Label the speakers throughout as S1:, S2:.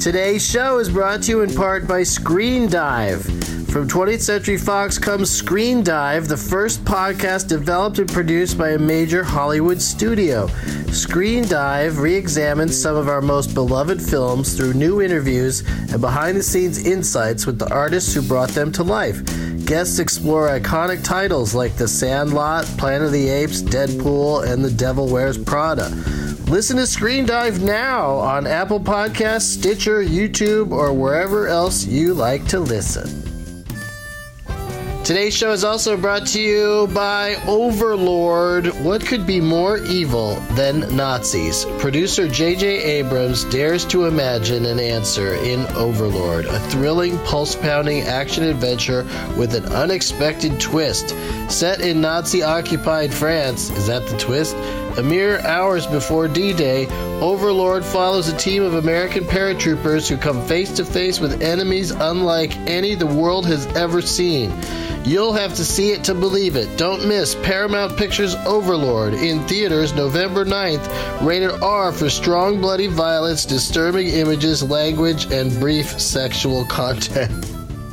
S1: Today's show is brought to you in part by Screen Dive. From 20th Century Fox comes Screen Dive, the first podcast developed and produced by a major Hollywood studio. Screen Dive re examines some of our most beloved films through new interviews and behind the scenes insights with the artists who brought them to life. Guests explore iconic titles like The Sandlot, Planet of the Apes, Deadpool, and The Devil Wears Prada. Listen to Screen Dive now on Apple Podcasts, Stitcher, YouTube, or wherever else you like to listen. Today's show is also brought to you by Overlord. What could be more evil than Nazis? Producer J.J. Abrams dares to imagine an answer in Overlord, a thrilling, pulse pounding action adventure with an unexpected twist. Set in Nazi occupied France, is that the twist? A mere hours before D Day, Overlord follows a team of American paratroopers who come face to face with enemies unlike any the world has ever seen. You'll have to see it to believe it. Don't miss Paramount Pictures Overlord in theaters November 9th, rated R for strong bloody violence, disturbing images, language, and brief sexual content.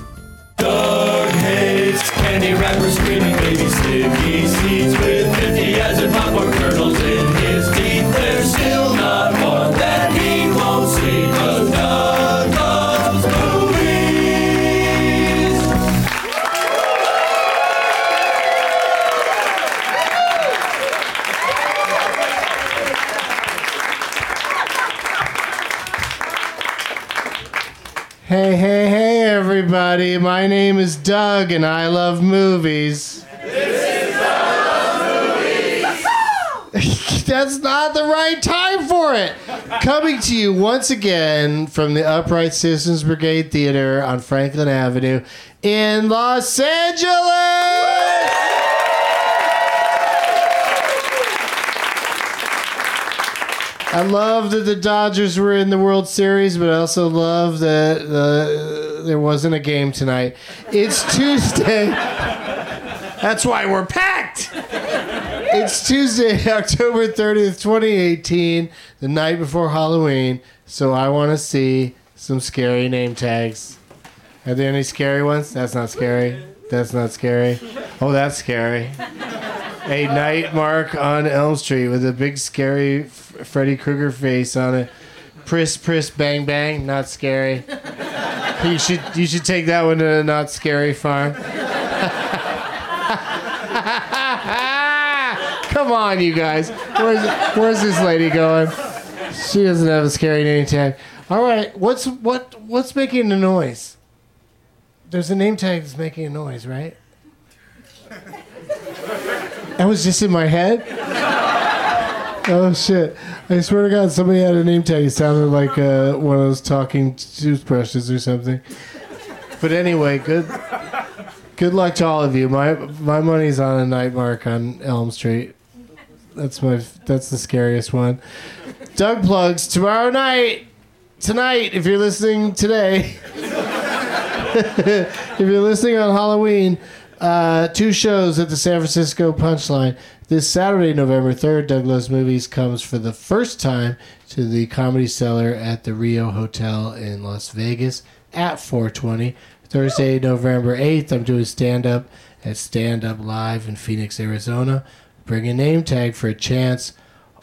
S2: Doug hates candy wrappers, screaming baby sticky seeds with 50 as in popcorn kernels in his teeth. There's still not one that he won't see. 'cause Doug loves movies.
S1: Hey, hey, hey, everybody. My name is Doug, and I love movies. That's not the right time for it. Coming to you once again from the Upright Citizens Brigade Theater on Franklin Avenue in Los Angeles. I love that the Dodgers were in the World Series, but I also love that uh, there wasn't a game tonight. It's Tuesday. That's why we're packed. It's Tuesday, October 30th, 2018, the night before Halloween. So I want to see some scary name tags. Are there any scary ones? That's not scary. That's not scary. Oh, that's scary. A night mark on Elm Street with a big scary F- Freddy Krueger face on it. Priss, priss, bang, bang. Not scary. You should you should take that one to the not scary farm. Come on, you guys. Where's where's this lady going? She doesn't have a scary name tag. All right, what's what what's making a noise? There's a name tag that's making a noise, right? That was just in my head. Oh shit! I swear to God, somebody had a name tag. It sounded like uh, one of those talking toothbrushes or something. But anyway, good good luck to all of you. My my money's on a night mark on Elm Street. That's my that's the scariest one. Doug plugs tomorrow night. Tonight, if you're listening today, if you're listening on Halloween, uh, two shows at the San Francisco Punchline. This Saturday, November 3rd, Douglas Movies comes for the first time to the Comedy Cellar at the Rio Hotel in Las Vegas at 420. Thursday, November 8th, I'm doing stand up at Stand Up Live in Phoenix, Arizona. Bring a name tag for a chance.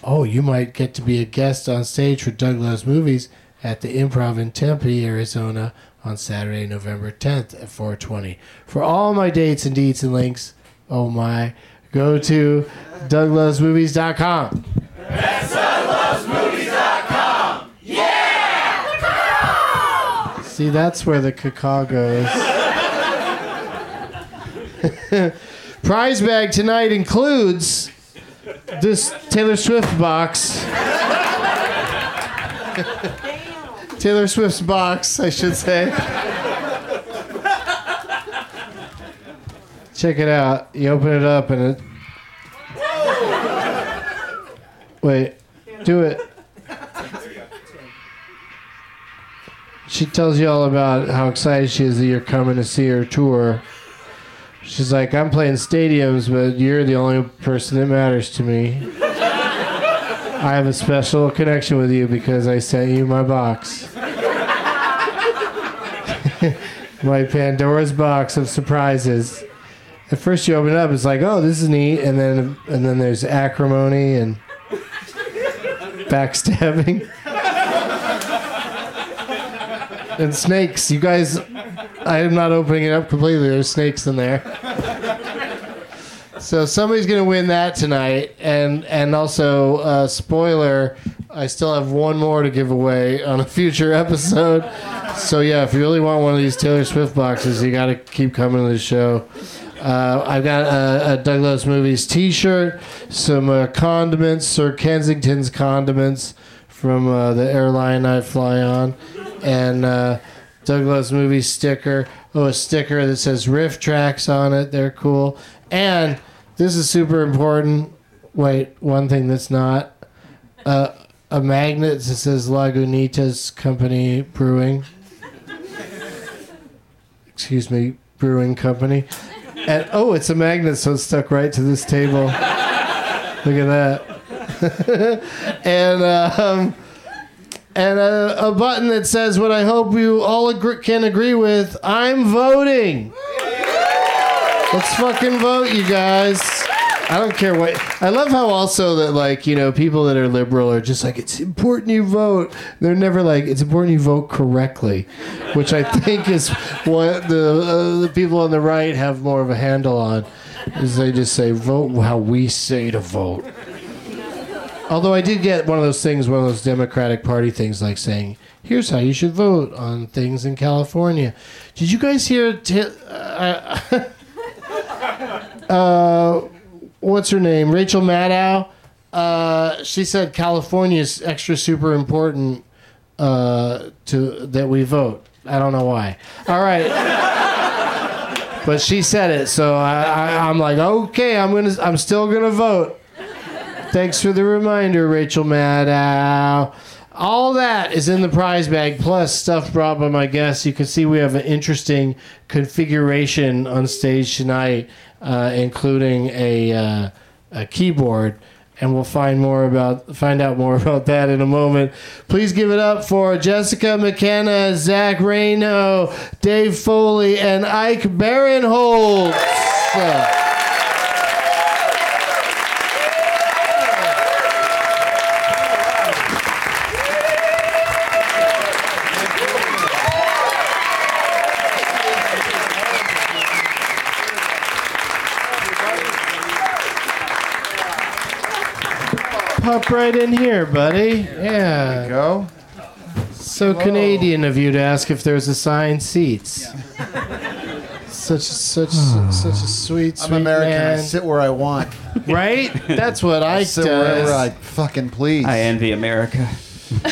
S1: Oh, you might get to be a guest on stage for Douglas Movies at the Improv in Tempe, Arizona on Saturday, November 10th at 420. For all my dates and deets and links, oh my, go to douglasmovies.com. See, that's where the caca goes. Prize bag tonight includes this Taylor Swift box. Taylor Swift's box, I should say. Check it out. You open it up and it. Wait, do it. She tells you all about how excited she is that you're coming to see her tour. She's like, I'm playing stadiums, but you're the only person that matters to me. I have a special connection with you because I sent you my box. my Pandora's box of surprises. At first you open it up, it's like, oh, this is neat, and then and then there's acrimony and backstabbing. and snakes. You guys I am not opening it up completely. There's snakes in there. So somebody's gonna win that tonight, and and also uh, spoiler, I still have one more to give away on a future episode. So yeah, if you really want one of these Taylor Swift boxes, you gotta keep coming to the show. Uh, I've got a, a Douglas Movies T-shirt, some uh, condiments, Sir Kensington's condiments from uh, the airline I fly on, and uh, Douglas Movies sticker. Oh, a sticker that says riff tracks on it. They're cool. And this is super important. Wait, one thing that's not uh, a magnet that says Lagunitas Company Brewing. Excuse me, Brewing Company. And oh, it's a magnet, so it's stuck right to this table. Look at that. and um, and a, a button that says what I hope you all agree, can agree with. I'm voting. Let's fucking vote, you guys. I don't care what. I love how also that like you know people that are liberal are just like it's important you vote. They're never like it's important you vote correctly, which I think is what the uh, the people on the right have more of a handle on. Is they just say vote how we say to vote. Although I did get one of those things, one of those Democratic Party things, like saying, "Here's how you should vote on things in California." Did you guys hear? T- uh, uh, what's her name? Rachel Maddow. Uh, she said California is extra super important uh, to that we vote. I don't know why. All right but she said it, so I, I, I'm like, okay, I'm gonna, I'm still gonna vote. Thanks for the reminder, Rachel Maddow. All that is in the prize bag, plus stuff brought by my guests. You can see we have an interesting configuration on stage tonight, uh, including a, uh, a keyboard, and we'll find more about find out more about that in a moment. Please give it up for Jessica McKenna, Zach Reno, Dave Foley, and Ike Barinholtz. Pop right in here, buddy. Yeah.
S3: Go.
S1: So Canadian of you to ask if there's assigned seats. such such such a sweet, sweet
S3: I'm American. I
S1: man.
S3: sit where I want.
S1: right? That's what I
S3: sit wherever I
S1: does.
S3: fucking please.
S4: I envy America.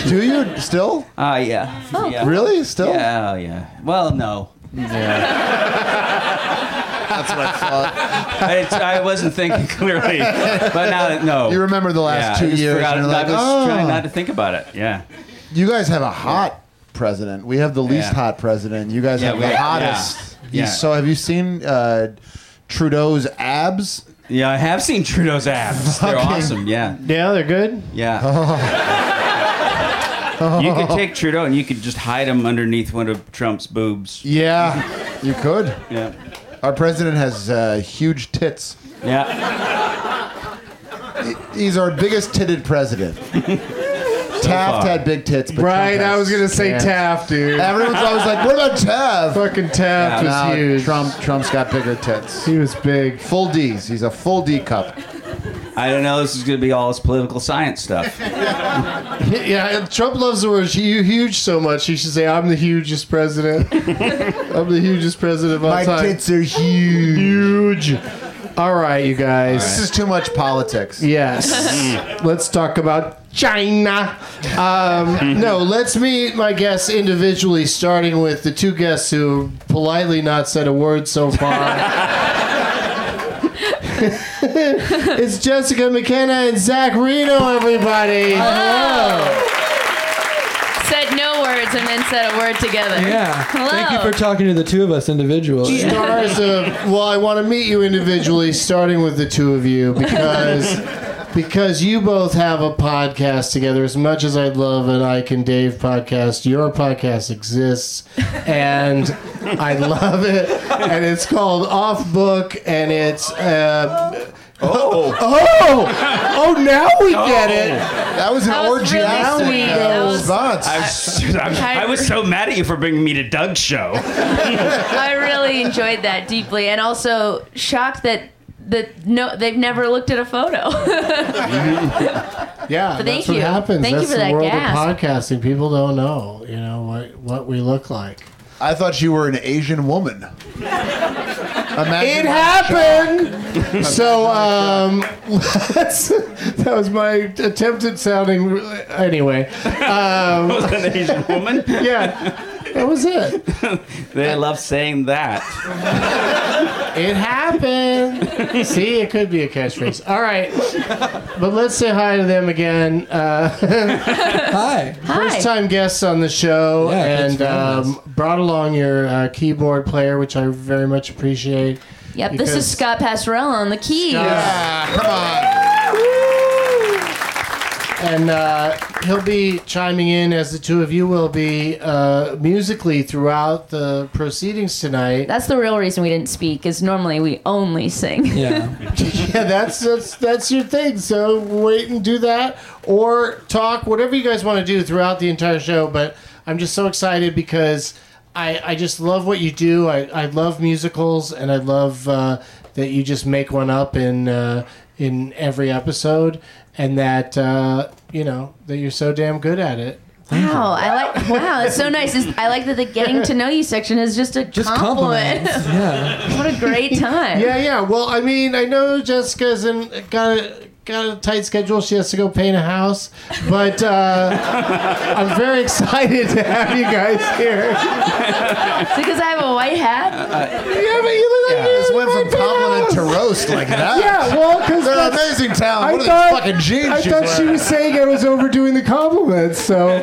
S3: Do you still?
S4: Ah, yeah.
S3: Oh.
S4: yeah.
S3: Really? Still?
S4: Yeah, oh, yeah. Well, no.
S3: That's what I thought.
S4: I, I wasn't thinking clearly, but now that- no.
S3: You remember the last
S4: yeah,
S3: two
S4: I just
S3: years?
S4: Forgot,
S3: and you're
S4: I
S3: like,
S4: was
S3: "Oh."
S4: trying not to think about it. Yeah.
S3: You guys have a hot president. We have the least
S4: Yeah.
S3: hot president. You guys
S4: Yeah,
S3: have
S4: we-
S3: the
S4: yeah.
S3: hottest. You-
S4: Yeah.
S3: So have you seen uh, Trudeau's abs?
S4: Yeah, I have seen Trudeau's abs. They're awesome. Yeah.
S1: Yeah, they're good.
S4: Yeah.
S3: Oh.
S4: you could take Trudeau and you could just hide him underneath one of Trump's boobs.
S3: Yeah, you could.
S4: Yeah.
S3: Our president has uh, huge tits.
S4: Yeah.
S3: He's our biggest titted president. Taft
S4: far.
S3: had big tits, but
S1: Right,
S3: Trump has-
S1: I was gonna say
S3: Yeah.
S1: Taft, dude.
S3: Everyone's always like, "What about Taft?"
S1: Fucking Taft was
S3: No,
S1: huge.
S3: Trump Trump's got bigger tits.
S1: He was big.
S3: Full D's. He's a full D cup.
S4: I don't know. This is going to be all this political science stuff.
S1: Yeah, and Trump loves the word hu- huge so much. He should say, "I'm the hugest president. I'm the hugest president of all
S3: My
S1: time."
S3: tits are huge.
S1: huge. All right, you guys.
S3: This is too much politics.
S1: Yes. let's talk about China. Um, no, let's meet my guests individually, starting with the two guests who politely not said a word so far. it's Jessica McKenna and Zach Reno, everybody.
S5: Said no words and then said a word together.
S6: Yeah.
S5: Hello.
S6: Thank you for talking to the two of us individually.
S1: Stars of well, I want to meet you individually, starting with the two of you because because you both have a podcast together. As much as I love an Ike and Dave podcast, your podcast exists, and I love it. And it's called Off Book, and it's. Uh,
S4: Oh.
S1: Oh, oh! Now we get it.
S3: That was an
S5: That was really
S3: orgiastic
S5: sweet.
S3: uh,
S5: That was-
S3: response.
S4: I was, I, was so mad at you for bringing me to Doug's show.
S5: I really enjoyed that deeply, and also shocked that that no, they've never looked at a photo.
S1: Yeah, that's
S5: But thank
S1: what
S5: you.
S1: happens.
S5: Thank you
S1: that's
S5: for
S1: the
S5: that
S1: world
S5: gasp.
S1: of podcasting. People don't know, you know, what what we look like.
S3: I, thought you were an Asian woman.
S1: It
S3: Imagine
S1: happened. so um, let's- that was my attempt at sounding. Anyway, Um,
S4: I was an Asian woman.
S1: yeah, that was it.
S4: They love saying that.
S1: It happened. See, it could be a catchphrase. All right, but let's say hi to them again. Uh,
S6: Hi.
S5: Hi.
S1: first time guests on the show,
S6: Yeah, thanks
S1: and
S6: for having
S1: um, brought along your uh, keyboard player, which I very much appreciate.
S5: Yep, this
S1: Because-
S5: is Scott Passarella on the keys.
S3: Yeah, come on.
S1: and uh, he'll be chiming in as the two of you will be uh, musically throughout the proceedings tonight.
S5: That's the real reason we didn't speak. Is normally we only sing.
S6: Yeah.
S1: yeah, that's, that's that's your thing. So wait and do that, or talk, whatever you guys want to do throughout the entire show. But I'm just so excited because I I just love what you do. I I love musicals, and I love uh, that you just make one up in uh, in every episode, and that uh, you know that you're so damn good at it.
S5: Wow, I like. Wow, that's so nice. It's- I like that the getting to know you section is just a
S6: Just
S5: compliment.
S6: compliments. Yeah.
S5: what a great time.
S1: Yeah, yeah. Well, I mean, I know Jessica's in, got a, got a tight schedule. She has to go paint a house. But uh, I'm very excited to have you guys here.
S5: because I have a white hat.
S1: yeah, but you look like you
S3: Just went from compliment to roast like that.
S1: Yeah, well, because
S3: They're amazing talent. What are these fucking jeans
S1: I
S3: she's
S1: thought she
S3: wearing?
S1: was saying I was overdoing the compliments, so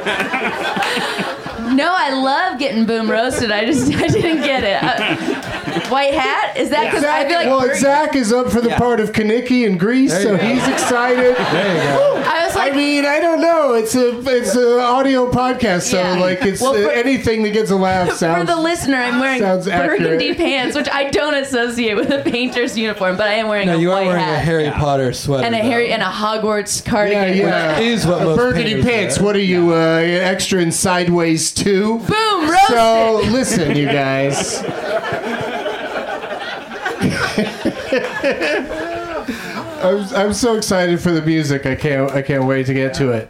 S5: No, I love getting boom roasted. I just I didn't get it. I- white hat? Is that because I
S1: Zach,
S5: feel like
S1: well,
S5: Bert-
S1: Zach is up for the part of Kanicki in Greece,
S3: There
S1: so
S3: you go.
S1: he's excited.
S3: There you go.
S5: I was like,
S1: I mean, I don't know. It's a it's an audio podcast, so
S5: Yeah.
S1: like it's
S5: Well, for-
S1: anything that gets a laugh
S5: for
S1: sounds.
S5: the listener, I'm wearing
S1: sounds
S5: burgundy
S1: accurate.
S5: pants, which I don't associate with a painter's uniform, but I am wearing
S6: No,
S5: a
S6: you are
S5: white
S6: wearing a
S5: hat
S6: Harry Potter sweater.
S5: and a
S6: though.
S5: Harry and a Hogwarts
S1: yeah,
S5: cardigan.
S1: yeah.
S6: Which is what
S1: A
S6: most
S1: burgundy
S6: painters
S1: pants.
S6: wear.
S1: What are you uh, extra in sideways too?
S5: Boom, roasted.
S1: So listen, you guys. I'm, I'm so excited for the music. I can't I can't wait to get to it.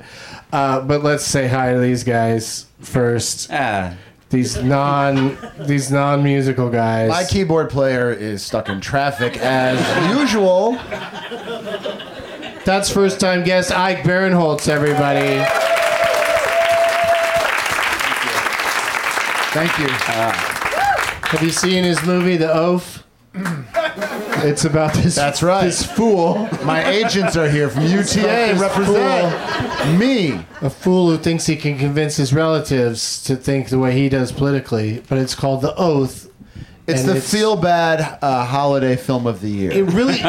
S1: Uh, but let's say hi to these guys first.
S4: Ah,
S1: These non these non musical guys.
S3: My keyboard player is stuck in traffic as usual.
S1: That's first time guest Ike Barinholtz, everybody.
S3: Thank you.
S1: Have you seen his movie The Oath? it's about this.
S3: That's right.
S1: This fool,
S3: My agents are here from UTA
S1: This
S3: represent me.
S1: a fool who thinks he can convince his relatives to think the way he does politically. But it's called The Oath.
S3: It's
S1: And
S3: the feel bad uh, holiday film of the year.
S1: It really,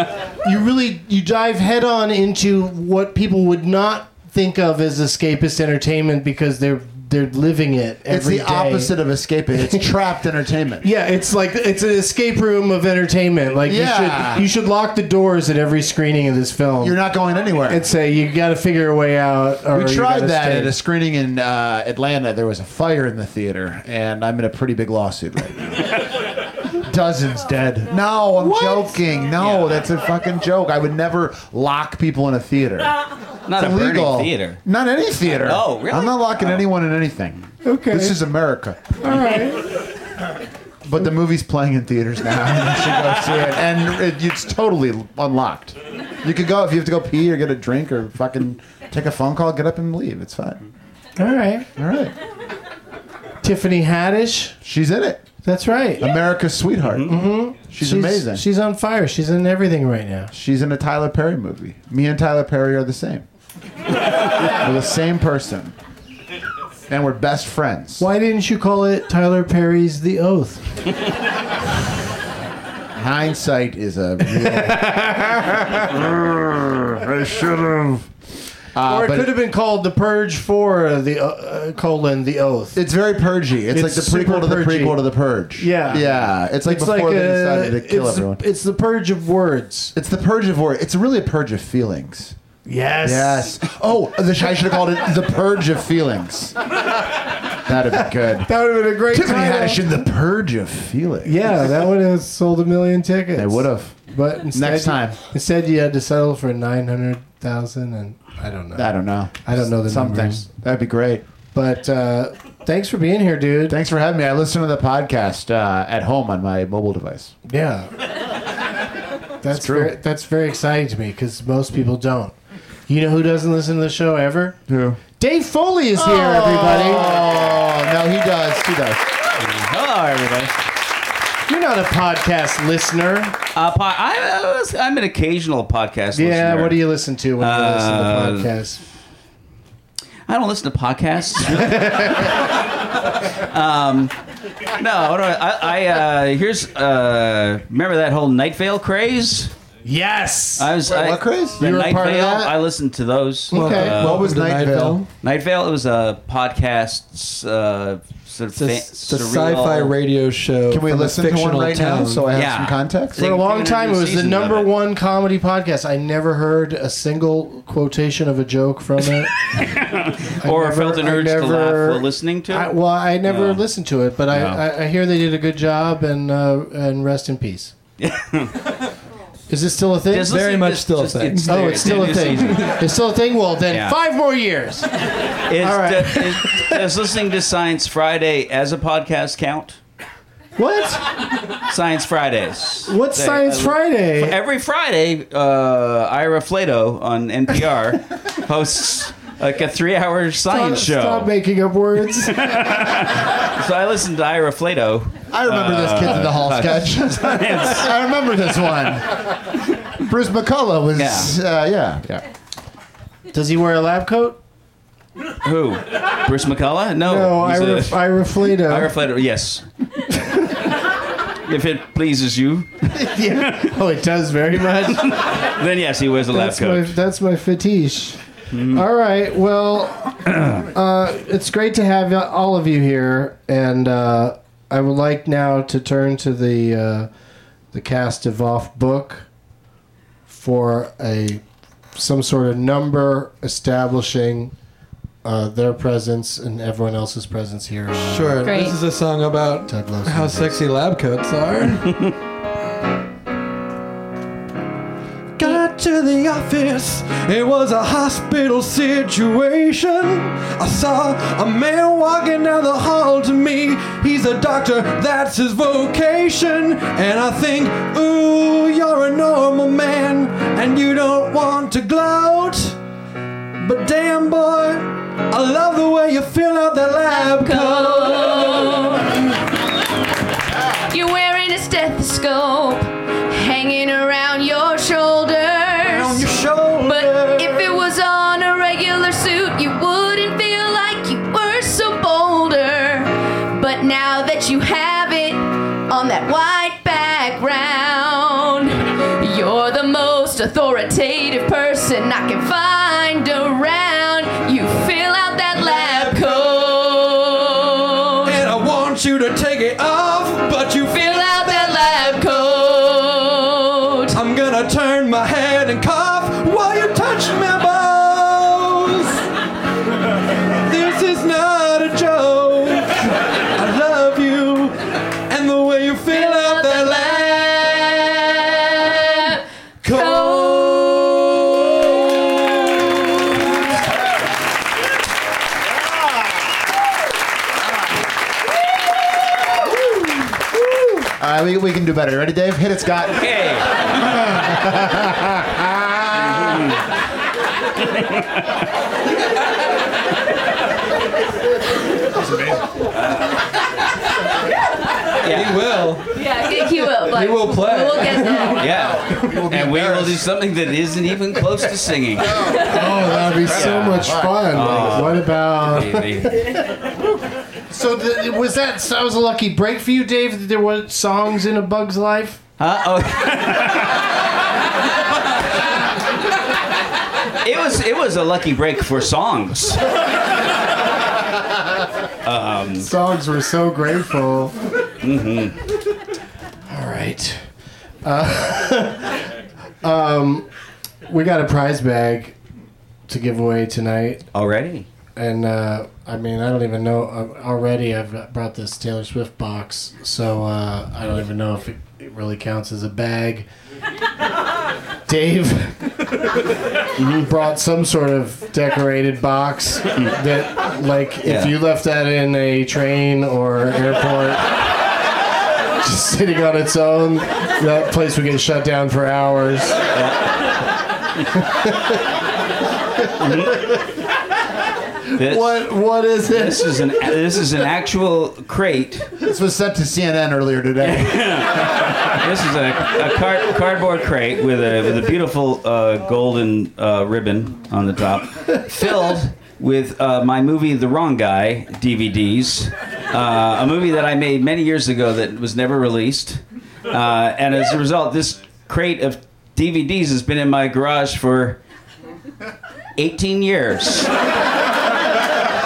S1: you really, you dive head on into what people would not think of as escapist entertainment because they're they're living it.
S3: it's
S1: every
S3: the
S1: day.
S3: opposite of escaping. It's trapped entertainment.
S1: Yeah, it's like it's an escape room of entertainment. Like
S3: Yeah.
S1: you should you should lock the doors at every screening of this film.
S3: You're not going anywhere.
S1: and say you got to figure a way out. Or
S3: we
S1: you
S3: tried
S1: gotta
S3: that
S1: stay."
S3: at a screening in uh, Atlanta. There was a fire in the theater, and I'm in a pretty big lawsuit right now. Dozens dead. No, I'm joking. No, that's a fucking joke. I would never lock people in a theater.
S4: not a
S3: It's illegal.
S4: burning theater.
S3: Not any theater.
S4: Oh, really?
S3: I'm not locking anyone in anything.
S1: Okay.
S3: This is America. All right. But the movie's playing in theaters now. and You should go see it. And it, it's totally unlocked. You could go if you have to go pee or get a drink or fucking take a phone call, get up and leave. It's fine.
S1: All right,
S3: All right.
S1: Tiffany Haddish.
S3: She's in it.
S1: That's right.
S3: America's sweetheart. Mm-hmm. She's, amazing.
S1: She's on fire. She's in everything right now.
S3: She's in a Tyler Perry movie. Me and Tyler Perry are the same. we're the same person. And we're best friends.
S1: Why didn't you call it Tyler Perry's The Oath?
S3: Hindsight is a real. I should have.
S1: or it
S3: Uh, but-
S1: could have been called The Purge for the uh, uh, colon The Oath.
S3: It's very purgy. It's, like
S1: It's
S3: the prequel to the
S1: super purgy.
S3: prequel to the purge.
S1: Yeah.
S3: Yeah. It's like
S1: It's
S3: before they
S1: uh,
S3: decided to kill
S1: it's,
S3: everyone.
S1: It's the purge of words.
S3: It's the purge of war. It's really a purge of feelings.
S1: Yes.
S3: Yes. Oh, the, I should have called it the purge of feelings. That'd have been good.
S1: That would have been a great
S3: Tiffany
S1: title.
S3: Haddish in the purge of feelings.
S1: Yeah, that would have sold a million tickets.
S3: They would have.
S1: But instead,
S3: Next time.
S1: instead you had to settle for nine hundred thousand, and I don't know.
S3: I don't know.
S1: I don't know the
S3: Something.
S1: numbers.
S3: That'd be great.
S1: But uh, thanks for being here, dude.
S3: Thanks for having me. I listen to the podcast uh, at home on my mobile device.
S1: Yeah. That's
S3: true.
S1: Very, that's very exciting to me because most people don't. You know who doesn't listen to the show ever?
S3: Who?
S1: Dave Foley is here, everybody.
S3: Oh no, he does. He does.
S4: Hello, everybody.
S1: You're not a podcast listener.
S4: Uh, po- I, I was, I'm an occasional podcast listener.
S1: Yeah, what do you listen to when you
S4: Uh,
S1: listen to podcasts?
S4: I don't listen to podcasts. um, no, no, I, I uh, here's uh, remember that whole night veil craze.
S1: Yes.
S4: I was I,
S3: what craze?
S4: The
S3: You were a
S4: night
S3: part of
S4: veil.
S3: that?
S4: I listened to those.
S3: Okay.
S4: Uh,
S3: what was
S6: The
S3: Night Vale?
S4: night veil. It was a podcast, uh, sort of
S6: It's a,
S4: fa-
S6: it's a
S4: surreal-
S6: sci-fi radio show.
S3: Can we
S6: from a
S3: listen to one
S6: fictional
S3: right now
S6: town.
S3: so I have
S4: Yeah.
S3: some context?
S4: They-
S1: For a long
S4: Doing a
S1: time, it
S4: new
S1: was the
S4: season of
S1: number
S4: it.
S1: one comedy podcast. I never heard a single quotation of a joke from it. I
S4: or
S1: never-
S4: felt an
S1: I
S4: urge to
S1: never-
S4: laugh while listening to it.
S1: I, well, I never
S4: Yeah.
S1: listened to it, but I,
S4: Yeah.
S1: I, I hear they did a good job, and uh, and rest in peace. Is this still a thing?
S4: Just
S6: very
S4: listen-
S6: much
S4: just-
S6: still a
S4: just-
S6: thing.
S4: it's
S1: oh,
S4: there.
S1: it's still a
S4: new
S1: thing.
S4: season.
S1: it's still a thing. Well, then
S4: Yeah.
S1: five more years.
S4: Is,
S1: All right.
S4: d- is- does listening to Science Friday as a podcast count?
S1: What?
S4: Science Fridays.
S1: What's
S4: They-
S1: Science
S4: uh,
S1: Friday?
S4: Every Friday, uh, Ira Flato on NPR hosts like a three-hour science
S1: Stop- Stop
S4: show.
S1: making up words.
S4: so I listened to Ira Flato.
S3: I remember this Kids in the Hall
S1: Uh,
S3: sketch. I remember this one. Bruce McCullough was,
S4: Yeah.
S3: yeah, uh, yeah. yeah.
S1: Does he wear a lab coat?
S4: Who? Bruce McCullough? No.
S1: No,
S4: he's
S1: Ira,
S4: a-
S1: Ira Flato.
S4: Ira Flato. Yes. if it pleases you,
S1: Oh, it does very much.
S4: then yes, he wears a lab
S1: that's my
S4: coat.
S1: that's my fetiche. All right. Well, uh, it's great to have all of you here, and uh, I would like now to turn to the uh, the cast of Off Book for a some sort of number establishing uh, their presence and everyone else's presence here. on
S6: Sure.
S5: Great.
S6: This is a song about
S1: Doug Loves
S6: how
S1: Movies.
S6: sexy lab coats are. Got to the office. It was a hospital situation. I saw a man walking down the hall to me. He's a doctor, that's his vocation. And I think, ooh, you're a normal man, and you don't want to gloat. But damn, boy, I love the way you fill out that lab coat.
S5: You're wearing a stethoscope hanging around your shoulders.
S6: on your shoulder.
S5: But if it was on a regular suit, you wouldn't feel like you were so bolder. But now that you have it on that white background, you're the most authoritative person I can find around. You fill out that lab coat.
S6: and I want you to take it off, but you
S5: Fill
S6: feel
S5: out that lab coat.
S6: I'm gonna turn my head and cough while you touch my balls. this is not a joke. I love you and the way you fill out that lab coat.
S3: All right, we, we can do better. Ready, Dave? Hit
S1: Oh,
S3: it, Scott.
S4: Okay.
S6: He will.
S5: Yeah, get you up. Like,
S6: will play.
S5: We'll get that.
S4: Yeah. and we will do something that isn't even close to singing.
S1: Oh, that'd be so
S4: Yeah.
S1: much fun. Like,
S3: Uh,
S1: what about? So the, was that? So that was a lucky break for you, Dave. That there were songs in A Bug's Life.
S4: Huh? Oh. it was it was a lucky break for songs.
S1: songs were so grateful. Mm-hmm. All right. Uh, um, we got a prize bag to give away tonight,
S4: Already?
S1: and uh, I mean, I don't even know. uh, Already, I've brought this Taylor Swift box, so uh, I don't even know if it, it really counts as a bag. Dave brought some sort of decorated box that, like, if
S4: Yeah.
S1: you left that in a train or airport, just sitting on its own, that place would get shut down for hours.
S4: This,
S1: What? What is this?
S4: This is an this is an actual crate.
S3: This was sent to CNN earlier today.
S4: This is a, a card, cardboard crate with a with a beautiful uh, golden uh, ribbon on the top, filled with uh, my movie The Wrong Guy DVDs, uh, a movie that I made many years ago that was never released, uh, and as a result, this crate of DVDs has been in my garage for 18 years.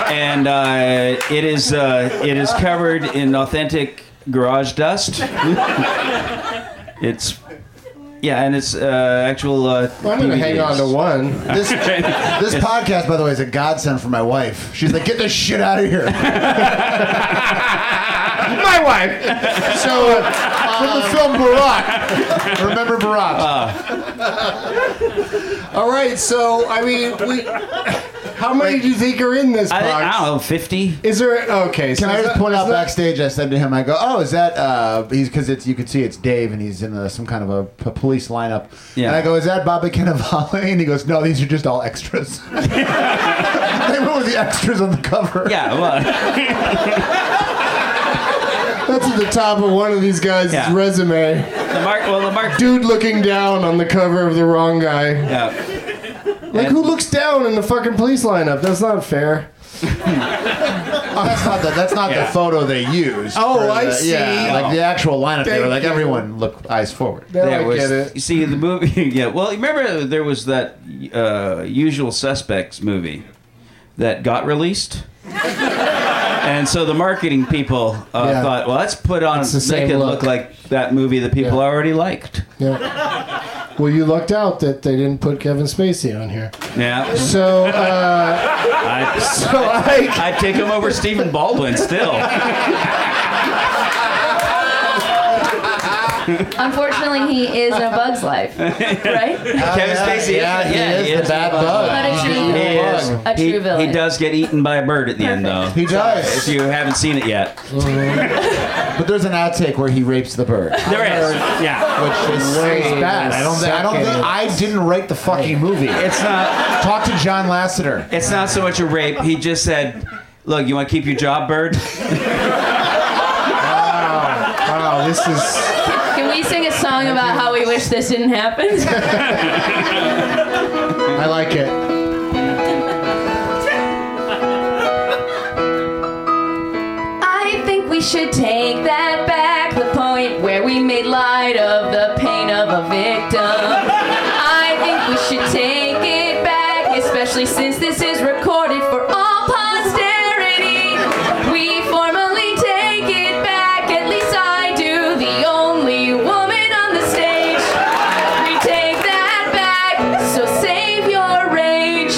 S4: And uh, it is uh, it is covered in authentic garage dust. It's yeah, and it's uh, actual. Uh,
S1: I'm gonna hang on
S4: DVDs.
S1: to one.
S3: This, this podcast, by the way, is a godsend for my wife. She's like, get this shit out of here.
S1: My wife.
S3: So, uh, from the film Barack. Remember Barack. All right, so I mean, we
S7: How many do you think are in this
S4: I,
S7: box?
S4: think, I don't know, 50?
S7: Is there okay? so
S3: Can I
S7: it's
S3: just
S7: not-
S3: point out
S7: it's not-
S3: backstage? I said to him, "I go, oh, is that uh, he's because it's you can see it's Dave and he's in a, some kind of a p- police lineup."
S4: Yeah.
S3: And I go, "Is that Bobby Cannavale?" And he goes, "No, these are just all extras. they went with the extras on the cover.
S4: Yeah, well,
S7: That's at the top of one of these guys'
S4: Yeah.
S7: resume.
S4: the mark, well, the mark.
S7: Dude looking down on the cover of the wrong guy.
S4: Yeah.
S7: Like who looks down in the fucking police lineup? That's not fair.
S3: That's not the that's not
S4: Yeah.
S3: the photo they used.
S7: Oh,
S3: for
S7: I
S3: the-
S7: see.
S3: Yeah, like the actual lineup. they were
S7: Thank
S3: like,
S7: you.
S3: everyone look eyes forward.
S7: Now
S4: There
S7: I
S4: was,
S7: get it.
S4: You see, the movie, yeah. Well, you remember there was that uh, Usual Suspects movie that got released? and so the marketing people uh,
S7: Yeah.
S4: thought, well, let's put on,
S7: It's the
S4: make
S7: same
S4: it
S7: look.
S4: look like that movie that people
S7: Yeah.
S4: already liked.
S7: Yeah. Well, you lucked out that they didn't put Kevin Spacey on here.
S4: Yeah.
S7: So, uh,
S4: I,
S7: so I,
S4: I'd take him over Stephen Baldwin still.
S5: Unfortunately, he is in a bug's life, right?
S4: Kevin
S3: yeah,
S4: Spacey.
S3: yeah, he is the bad bug.
S5: But a true
S4: He is.
S5: villain. A
S4: He,
S5: true
S4: he
S5: villain.
S4: does get eaten by a bird at the end, though.
S3: He
S4: If
S3: does.
S4: you haven't seen it yet,
S3: But there's an outtake where he rapes the bird.
S4: there is. Yeah,
S3: Which is
S7: Wait
S3: it's bad.
S7: a
S3: I don't think I don't think
S7: second.
S3: I didn't write the fucking movie.
S4: it's not.
S3: Talk to John Lasseter.
S4: It's not so much a rape. He just said, "Look, you want to keep your job, bird?
S3: Wow, this is
S5: Can we sing a song about how we wish this didn't happen?
S3: I like it.
S5: I think we should take that back. The point where we made light of the pain of a victim. I think we should take it back, especially since this is recorded for all posterity. We formally take it back, at least I do, the only woman on the stage. We take that back, so save your rage.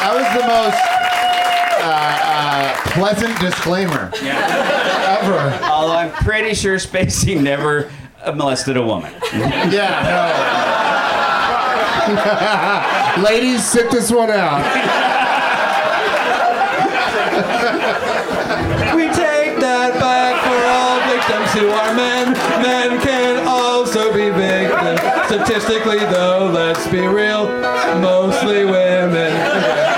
S3: That was the most uh, uh, pleasant disclaimer ever.
S4: Although I'm pretty sure Spacey never molested a woman.
S3: Yeah,
S7: ladies, sit this one out.
S6: We take that back for all victims who are men. Men can also be victims. Statistically, though, let's be real, mostly women.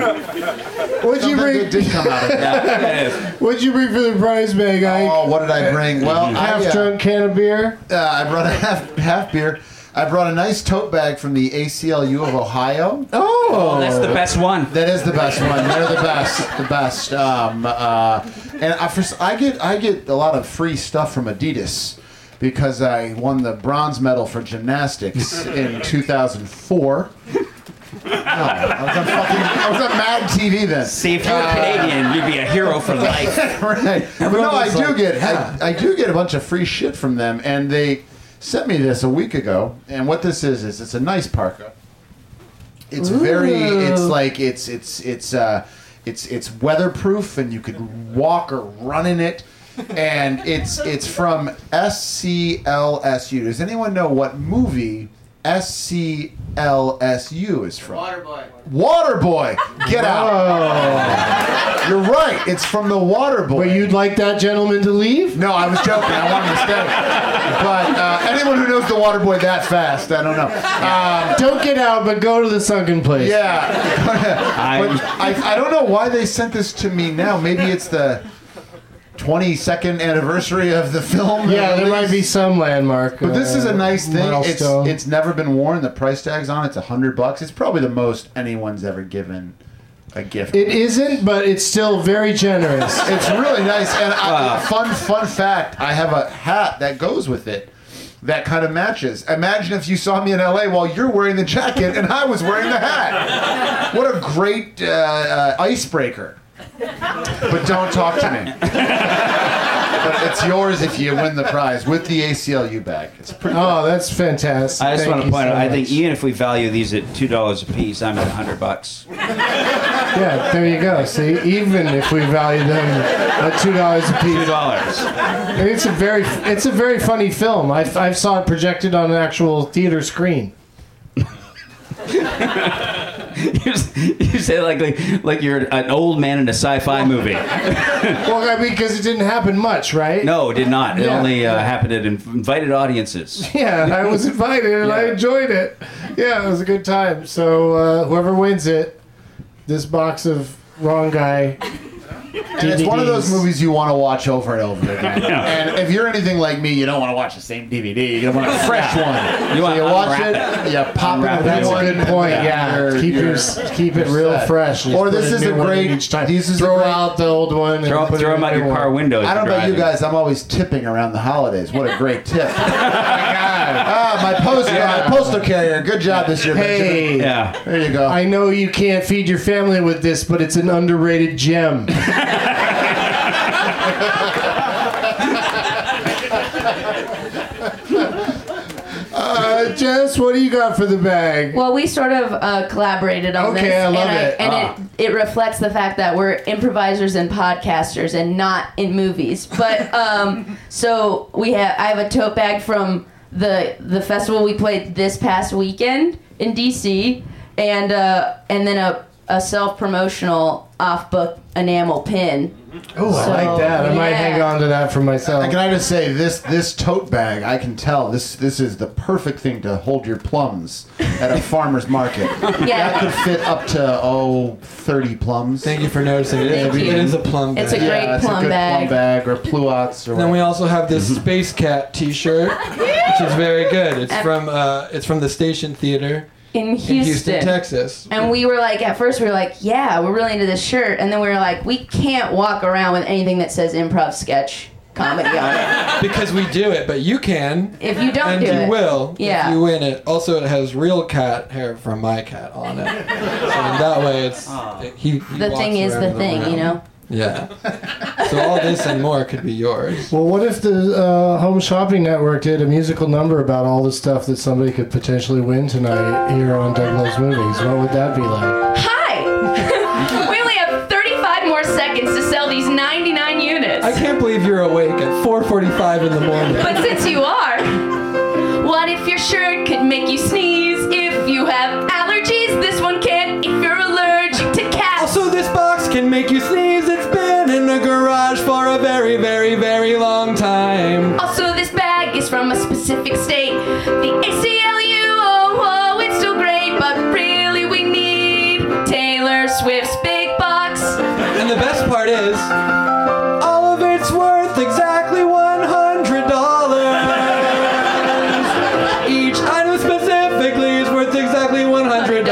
S7: What'd you
S3: no. Something good
S7: bring?
S3: did come out of it.
S4: Yeah, it is.
S7: What'd you bring for the prize bag? I
S3: Oh, what did I bring? Well,
S7: half
S3: I, uh,
S7: drunk can of beer.
S3: Uh, I brought a half, half beer. I brought a nice tote bag from the ACLU of Ohio.
S7: Oh,
S4: That's the best one.
S3: That is the best one. They're the best. The best. Um, uh, and I, for, I get I get a lot of free stuff from Adidas because I won the bronze medal for gymnastics in 2004. No, I was on fucking I was on Mad TV then.
S4: See, if you were Canadian, you'd be a hero for life.
S3: right. But no, I
S7: was
S3: do
S7: like,
S3: get I, I do get a bunch of free shit from them, and they sent me this a week ago. And what this is is it's a nice parka. It's very. It's like it's it's it's uh, it's it's weatherproof, and you could walk or run in it. And it's it's from SCLSU. Does anyone know what movie SCLSU is from? Waterboy. Waterboy. Get out. You're right. It's from the Waterboy.
S7: but you'd like that gentleman to leave?
S3: No, I was joking. I wanted to stay. But uh, anyone who knows the water boy that fast, I don't know. Um,
S7: Don't get out, but go to the sunken place.
S3: yeah. But I, I don't know why they sent this to me now. Maybe it's the 22nd anniversary of the film.
S7: Yeah, there might be
S3: release.
S7: some landmark. uh,
S3: But this is a nice thing. It's
S7: milestone.
S3: it's never been worn. The price tag's on. It's a hundred bucks. It's probably the most anyone's ever given a gift.
S7: It isn't, but it's still very generous.
S3: It's really nice. And I, fun, fun fact: I have a hat that goes with it. That kind of matches. Imagine if you saw me in LA while you're wearing the jacket and I was wearing the hat. What a great uh, uh, icebreaker. But don't talk to me. But it's yours if you win the prize with the ACLU bag. It's pretty.
S1: Oh, that's fantastic.
S4: I just
S1: Thank
S4: want to
S1: you
S4: point
S1: so
S4: out. I
S1: much.
S4: think even if we value these at two dollars a piece, I'm at hundred bucks.
S1: Yeah, there you go. See, even if we value them at two dollars a
S4: Two
S1: piece,
S4: dollars.
S1: And it's a very it's a very funny film. I, I saw it projected on an actual theater screen.
S4: you, s- you say like, like like you're an old man in a sci-fi movie.
S1: Well, I mean, because it didn't happen much, right?
S4: No, it did not. It
S1: Yeah.
S4: only uh, happened at inv- invited audiences.
S1: Yeah, I was invited and I
S4: Yeah.
S1: enjoyed it. Yeah, it was a good time. So uh, whoever wins it, this box of wrong guy.
S3: And it's one of those
S1: DVDs.
S3: movies you want to watch over and over again. And if you're anything like me, you don't want to watch the same DVD. You want a fresh one.
S4: You wanna
S3: so you watch it,
S4: unwrap
S3: you pop it.
S4: Unwrap
S3: in
S4: it.
S1: That's
S3: one,
S1: a good
S3: and
S1: point.
S3: then
S1: Yeah,
S3: you're-
S1: keep
S3: you're-
S1: your keep it real
S3: set.
S1: fresh. Just
S3: Or
S1: put
S3: this is
S1: new
S3: a
S1: one in
S3: great-
S1: Each time.
S3: this is a
S1: throw
S3: great-
S1: out the old one. and
S4: Throw,
S1: put
S4: throw
S1: in
S4: them
S1: a
S4: out
S1: new
S4: your
S1: one.
S4: car windows.
S3: I don't know about you
S4: driving.
S3: guys. I'm always tipping around the holidays. What a great tip! oh my God! Ah, my post, my postal carrier. Good job this year,
S1: Hey.
S3: Benjamin.
S4: Yeah.
S3: There you go.
S1: I know you can't feed your family with this, but it's an underrated gem. uh, Jess, what do you got for the bag?
S5: Well, we sort of uh, collaborated on
S1: Okay,
S5: this,
S1: I love
S5: and,
S1: it. Ah.
S5: and it it reflects the fact that we're improvisers and podcasters, and not in movies. But um, so we have I have a tote bag from the the festival we played this past weekend in DC, and uh, and then a a self promotional off book enamel pin.
S1: Oh, I
S5: So,
S1: like that. I might
S5: yeah.
S1: hang on to that for myself.
S3: And Can I just say this? This tote bag, I can tell this. This is the perfect thing to hold your plums at a farmer's market.
S5: Yeah.
S3: That could fit up to oh 30 plums.
S6: Thank you for noticing. It is,
S5: Thank you.
S6: it is a plum.
S5: It's a
S6: bag.
S5: great
S3: yeah, it's
S5: plum
S3: a good plum
S5: bag.
S3: bag or pluots or
S6: And then we
S3: whatever.
S6: also have this Space Cat T-shirt, which is very good. It's from uh, it's from the Station Theater
S5: In
S6: in Houston, Texas.
S5: And we were like, at first we were like, yeah, we're really into this shirt. And then we were like, we can't walk around with anything that says improv sketch comedy on it.
S6: Because we do it, but you can.
S5: If you don't
S6: and
S5: do
S6: you
S5: it.
S6: will
S5: Yeah.
S6: if you win it. Also, it has real cat hair from my cat on it. so in that way, it's it- he, he
S5: The
S6: walks
S5: thing is the
S6: around
S5: thing, you
S6: around.
S5: know?
S6: Yeah. so all this and more could be yours.
S1: well, what if the uh, Home Shopping Network did a musical number about all the stuff that somebody could potentially win tonight here on Doug Loves Movies? What would that be like?
S5: Hi! we only have 35 more seconds to sell these 99 units.
S6: I can't believe you're awake at 4:45 in the morning.
S5: But since you are, what if your shirt could make you sneeze? If you have allergies, this one can. If you're allergic to cats.
S6: Also, this box can make you sneeze. It's been in a garage for a very, very, very long time.
S5: Also, this bag is from a specific state. The E ACLU, oh, oh, it's so great, but really we need Taylor Swift's big box.
S6: And the best part is, all of it's worth exactly $100. Each item specifically is worth exactly $100.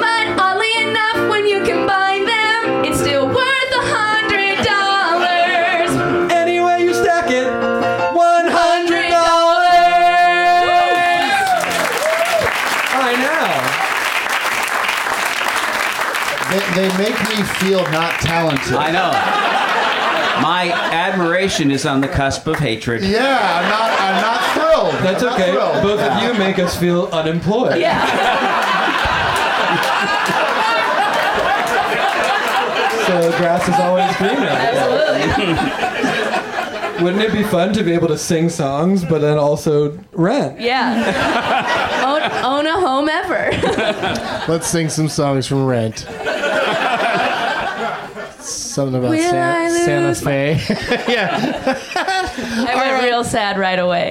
S5: But oddly enough, when you combine them, it's still worth a hundred dollars.
S6: Any way you stack it, $100. I
S3: They,
S6: know.
S3: they make me feel not talented.
S4: I know. My admiration is on the cusp of hatred.
S3: yeah, I'm not. I'm not thrilled.
S6: That's
S3: I'm not
S6: okay.
S3: thrilled.
S6: Both of you make us feel unemployed.
S5: Yeah.
S6: So the grass is always greener.
S5: Absolutely.
S6: Wouldn't it be fun to be able to sing songs, but then also rent?
S5: Yeah. Own, own a home ever.
S1: Let's sing some songs from Rent. Something about
S5: Will I
S1: San-
S5: lose
S1: Santa Fe.
S5: I went real sad right away.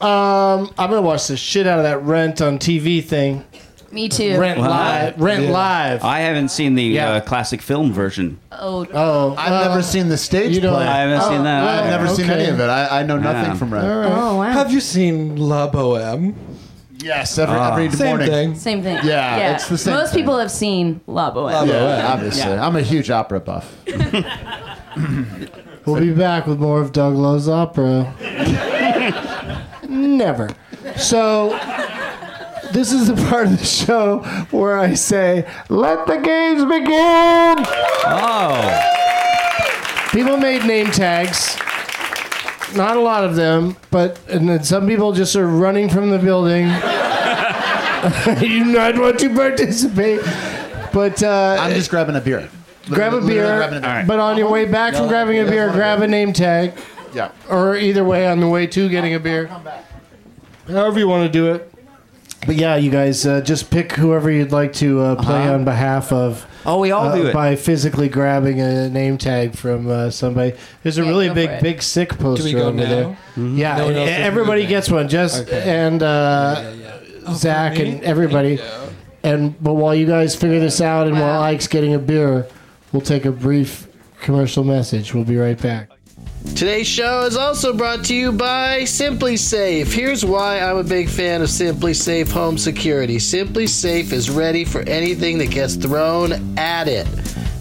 S1: Um, I'm gonna watch the shit out of that Rent on TV thing.
S5: Me too.
S1: Rent live. Rent live.
S4: I haven't seen the
S1: Yeah.
S4: uh, classic film version.
S5: Oh,
S1: oh,
S3: I've
S1: uh,
S3: never seen the stage
S1: you don't-
S3: play.
S4: I haven't seen that.
S3: I've
S4: either.
S3: never seen
S1: okay.
S3: any of it. I, I know nothing
S4: Yeah.
S3: from Red.
S5: oh wow.
S6: Have you seen La Boheme?
S3: Yes, every, every
S6: Same
S3: morning.
S6: thing.
S5: Same thing.
S3: Yeah, it's the same
S5: Most
S3: thing.
S5: people have seen La Boheme.
S6: La Boheme.
S3: Yeah, obviously.
S4: Yeah.
S3: I'm a huge opera buff.
S1: We'll be back with more of Doug Loves Opera. Never. So, this is the part of the show where I say, "Let the games begin."
S4: Oh.
S6: people made name tags. Not a lot of them, but and then some people just are running from the building. you not want to participate, but uh,
S3: I'm just grabbing a beer.
S6: grab a
S3: Literally
S6: beer.
S3: grabbing a beer.
S6: But on your way back from
S3: No,
S6: grabbing a
S3: that's
S6: beer,
S3: one
S6: grab
S3: beer.
S6: a name tag,
S3: Yeah.
S6: or either way on the way to getting a beer. However you want to do it. But yeah, you guys uh, just pick whoever you'd like to uh, play
S3: Uh-huh.
S6: on behalf of.
S4: Oh, we all
S6: uh,
S4: do it.
S6: by physically grabbing a name tag from uh, somebody. There's a really
S8: go for
S6: big,
S8: it.
S6: big sick poster
S1: go
S6: over
S1: now? Mm-hmm.
S6: there. Yeah,
S1: No one else
S6: e-
S1: has to
S6: everybody
S1: do that.
S6: gets one. Just
S1: Okay.
S6: and uh, Zach
S1: me?
S6: and everybody. And but while you guys figure this out, and while Ike's getting a beer, we'll take a brief commercial message. We'll be right back. Today's show is also brought to you by Simply Safe. Here's why I'm a big fan of Simply Safe home security. Simply Safe is ready for anything that gets thrown at it.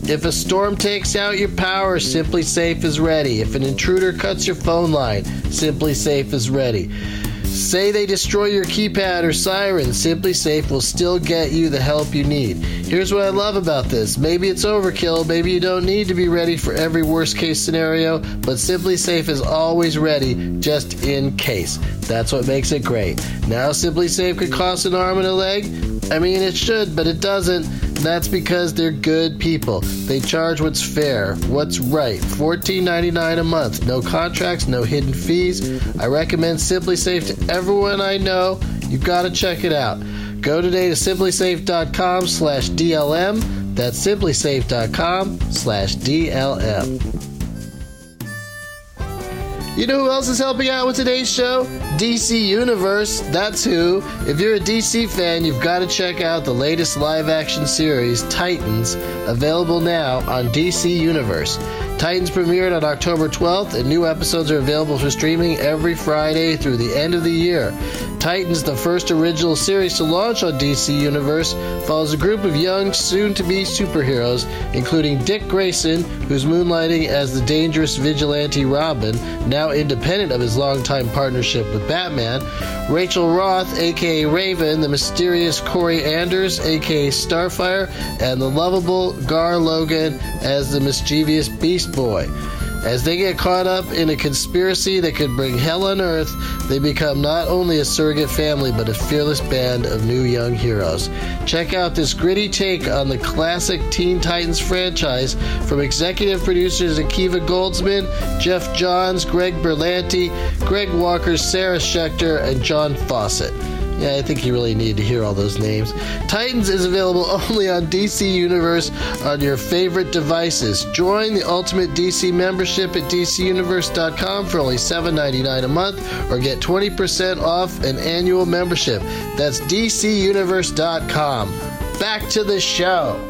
S6: If a storm takes out your power, Simply Safe is ready. If an intruder cuts your phone line, Simply Safe is ready. Say they destroy your keypad or siren, Simply Safe will still get you the help you need. Here's what I love about this maybe it's overkill, maybe you don't need to be ready for every worst case scenario, but Simply Safe is always ready just in case. That's what makes it great. Now, Simply Safe could cost an arm and a leg. I mean, it should, but it doesn't. That's because they're good people. They charge what's fair, what's right. $14.99 a month. No contracts, no hidden fees. I recommend Simply Safe to everyone I know. You've got to check it out. Go today to simplysafe.com slash DLM. That's simplysafe.com slash DLM. You know who else is helping out with today's show? DC Universe, that's who. If you're a DC fan, you've got to check out the latest live action series, Titans, available now on DC Universe. Titans premiered on October 12th, and new episodes are available for streaming every Friday through the end of the year. Titans, the first original series to launch on DC Universe, follows a group of young, soon to be superheroes, including Dick Grayson, who's moonlighting as the dangerous vigilante Robin, now independent of his longtime partnership with Batman, Rachel Roth, aka Raven, the mysterious Corey Anders, aka Starfire, and the lovable Gar Logan as the mischievous Beast Boy. As they get caught up in a conspiracy that could bring hell on earth, they become not only a surrogate family, but a fearless band of new young heroes. Check out this gritty take on the classic Teen Titans franchise from executive producers Akiva Goldsman, Jeff Johns, Greg Berlanti, Greg Walker, Sarah Schechter, and John Fawcett. Yeah, I think you really need to hear all those names. Titans is available only on DC Universe on your favorite devices. Join the ultimate DC membership at DCUniverse.com for only $7.99 a month or get 20% off an annual membership. That's DCUniverse.com. Back to the show.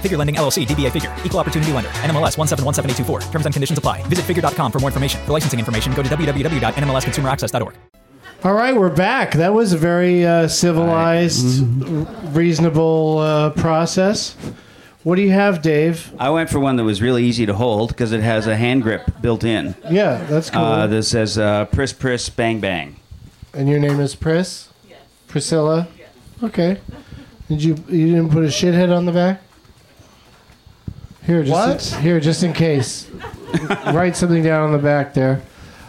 S1: Figure Lending LLC, DBA Figure, Equal Opportunity Lender, NMLS 1717824. Terms and conditions apply. Visit figure.com for more information. For licensing information, go to www.nmlsconsumeraccess.org.
S6: All right, we're back. That was a very uh, civilized,
S3: Mm-hmm.
S6: reasonable uh, process. What do you have, Dave?
S4: I went for one that was really easy to hold because it has a hand grip built in.
S6: Yeah, that's cool.
S4: Uh, that says uh, "Priss Priss Bang Bang."
S6: And your name is Pris? Yes. Priscilla? Yes. Okay. Did you you didn't put a shithead on the back? Here, just
S3: What?
S6: here, just in case. Write something down on the back there.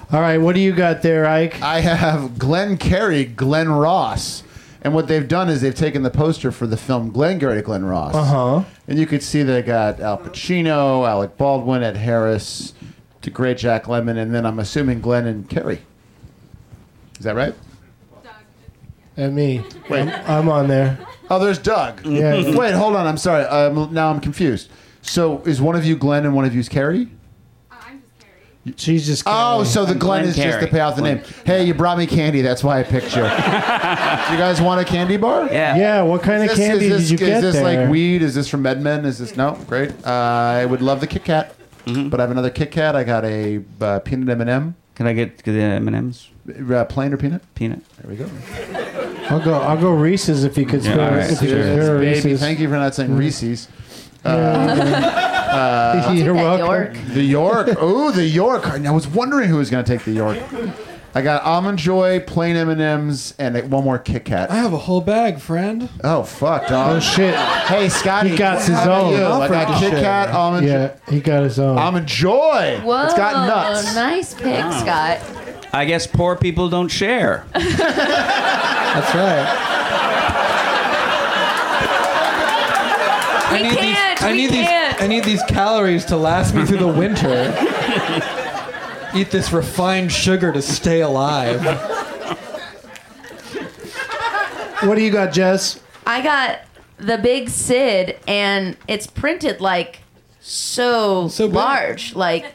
S6: All right, what do you got there, Ike?
S3: I have Glenn Carey, Glenn Ross. And what they've done is they've taken the poster for the film Glenn Carey, Glenn Ross.
S1: Uh-huh.
S6: Uh huh.
S3: And you could see they got Al Pacino, Alec Baldwin, Ed Harris, to Great Jack Lemon, and then I'm assuming Glenn and Kerry. Is that right?
S1: And me.
S3: Wait.
S1: I'm, I'm on there.
S3: Oh, there's Doug.
S1: Yeah.
S3: Wait, hold on. I'm sorry. Um, now I'm confused. So is one of you Glenn and one of you's Carrie?
S1: She's just.
S3: Oh, so the
S4: I'm
S3: Glenn,
S4: Glenn
S3: is just
S4: Carey.
S3: the payoff the
S4: Glenn-
S3: name. Hey, you brought me candy. That's why I picked you. Do you guys want a candy bar?
S4: Yeah.
S1: Yeah, what kind
S3: Is
S1: of
S3: this-
S1: candy
S3: is this,
S1: did you
S3: is
S1: get
S3: this
S1: there?
S3: like weed? Is this from MedMen? Is this no? Great. Uh, I would love the Kit Kat, but I have another Kit Kat. I got a uh, peanut M and m
S4: Can I get the M&M's?
S3: uh, plain or peanut.
S4: Peanut?
S3: There we go.
S1: I'll go. I'll go Reese's if you could
S4: Yeah,
S1: spare.
S4: all right,
S1: if you could
S4: sure.
S1: spare
S3: Baby,
S1: Reese's. Mm-hmm.
S3: thank you for not saying Reese's.
S1: You're welcome.
S3: The York. Ooh, the York. I was wondering who was going to take the York. I got almond joy, plain M and M's, and one more Kit
S6: I
S3: Kat.
S6: have a whole bag, friend.
S3: Oh fuck, dog.
S1: Oh shit!
S3: Hey, Scotty.
S1: He got his
S3: how about
S1: own.
S3: you? I got Kit Kat, almond.
S1: Yeah, he got his own.
S3: Almond joy.
S5: Whoa,
S3: It's got nuts.
S5: nice pick, Scott.
S4: I guess poor people don't share.
S6: That's right.
S5: we
S6: need these-
S5: can't.
S6: I
S5: we
S6: need
S5: can't.
S6: these. I need these calories to last me through the winter. Eat this refined sugar to stay alive.
S1: what do you got, Jess?
S5: I got the Big Sid, and it's printed like so,
S6: So big.
S5: large, like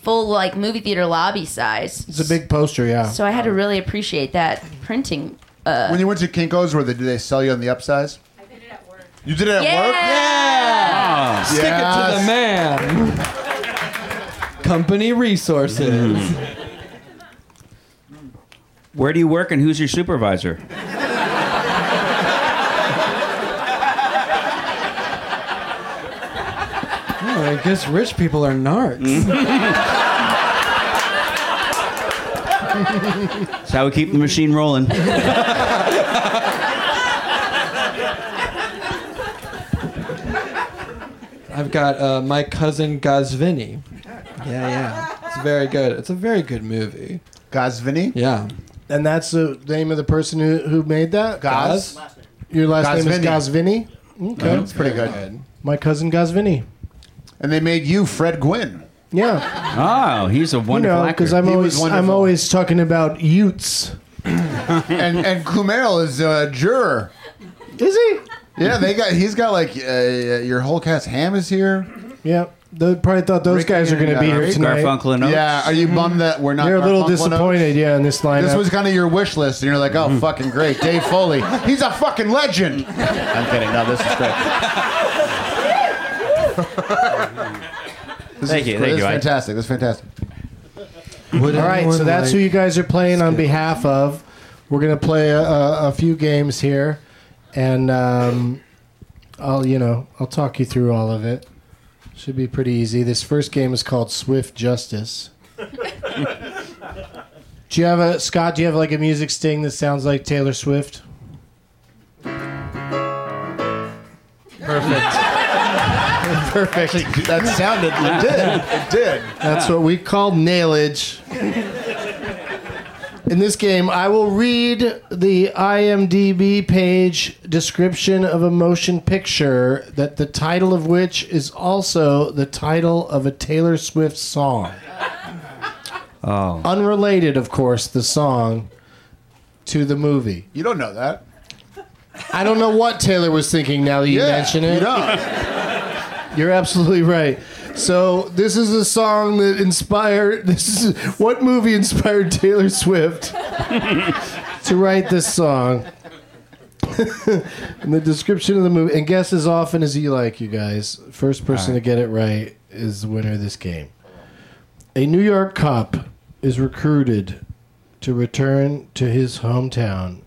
S5: full like movie theater lobby size.
S1: It's a big poster, yeah.
S5: So I had to really appreciate that printing. Uh,
S3: When you went to Kinko's, where they, did they sell you on the upsize? I did it at work. You did it at
S5: yeah.
S3: work?
S6: Stick it to the
S3: Yes.
S6: man. Company resources.
S4: Where do you work and who's your supervisor?
S6: Oh, I guess rich people are narcs.
S4: That's how we keep the machine rolling.
S6: I've got uh, my cousin Gosvini. Yeah, yeah. It's very good. It's a very good movie.
S3: Gosvini?
S6: Yeah.
S1: And that's the name of the person who, who made that.
S3: Gos?
S1: Your last name is Gosvini.
S6: Mm-hmm.
S1: Okay.
S3: It's pretty good.
S1: My cousin Gosvini.
S3: And they made you Fred Gwynn.
S1: Yeah,
S4: Oh, he's a
S1: you
S4: wonderful
S1: know,
S4: actor.
S1: because I'm
S3: He was
S1: always I'm
S3: wonderful.
S1: always talking about Utes.
S3: And and Kumail is a juror.
S1: Is he?
S3: Yeah, they got. He's got like uh, your whole cast. Ham is here.
S1: Yeah, they probably thought those
S3: Ricky
S1: guys were going
S3: and,
S1: to be
S3: uh,
S1: here
S3: Ricky
S1: tonight.
S4: Garfunkel and Oates.
S3: Yeah. Are you bummed that we're not?
S1: They're a little
S3: Garfunkel and Oates?
S1: disappointed, yeah, in this lineup.
S3: This was kind of your wish list, and you're like, "Oh, fucking great, Dave Foley. He's a fucking legend." I'm kidding. No, this is great. This
S4: Thank
S3: is
S4: you,
S3: great.
S4: thank
S3: This is
S4: you, I-
S3: fantastic. This is fantastic.
S1: All right, so that's who you guys are playing on behalf of. We're gonna play a, a, a few games here, and um, I'll you know I'll talk you through all of it. Should be pretty easy. This first game is called Swift Justice. do you have a Scott? Do you have like a music sting that sounds like Taylor Swift?
S3: Perfect. that sounded. It did. It did.
S1: That's what we call nailage. In this game, I will read the IMDb page description of a motion picture that the title of which is also the title of a Taylor Swift song. Oh. Unrelated, of course, the song to the movie.
S3: You don't know that.
S1: I don't know what Taylor was thinking now that you mention it.
S3: You don't.
S1: You're absolutely right. So this is a song that inspired. This is what movie inspired Taylor Swift to write this song. and the description of the movie, and guess as often as you like, you guys. First person to get it right is the winner of this game. A New York cop is recruited to return to his hometown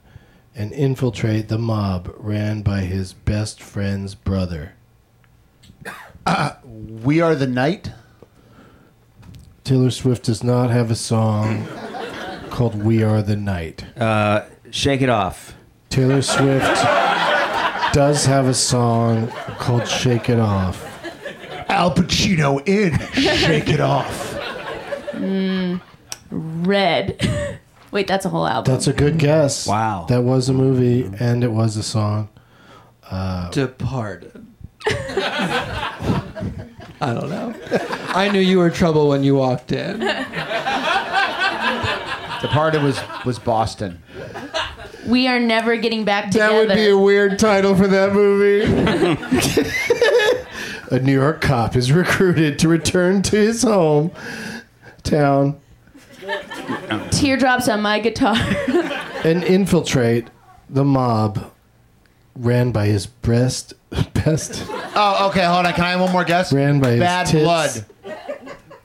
S1: and infiltrate the mob ran by his best friend's brother.
S3: we are the night.
S1: Taylor Swift does not have a song called "We Are the Night."
S4: Shake it off.
S1: Taylor Swift does have a song called "Shake It Off."
S3: Al Pacino in. Shake it off.
S5: Red. Wait, that's a whole album.
S1: That's a good guess.
S4: Wow.
S1: that was a movie and it was a song.
S6: Departed.
S9: I don't know. I knew you were trouble when you walked in.
S3: Departed was was Boston.
S5: We are never getting back together.
S6: That would be a weird title for that movie. a New York cop is recruited to return to his home town
S5: Teardrops on my guitar.
S6: and infiltrate the mob ran by his breast best
S3: Oh, okay. Hold on. Can I have one more guess?
S6: ran by his
S3: Bad
S6: tits.
S3: blood.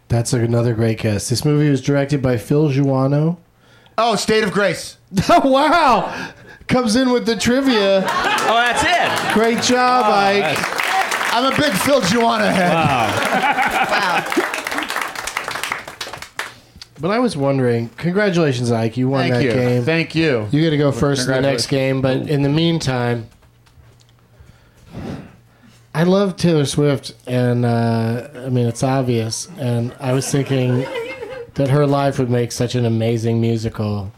S6: That's another great guess. This movie was directed by Phil Juano.
S3: Oh, State of Grace.
S6: wow. Comes in with the trivia.
S4: Oh, that's it.
S6: Great job, Ike.
S3: I'm a big Phil Juana head.
S6: But I was wondering, congratulations, Ike. You won
S3: Thank
S6: that
S3: you.
S6: game.
S3: Thank you.
S6: You got to go first in the next game, but in the meantime, I love Taylor Swift, and uh, I mean it's obvious. And I was thinking that her life would make such an amazing musical,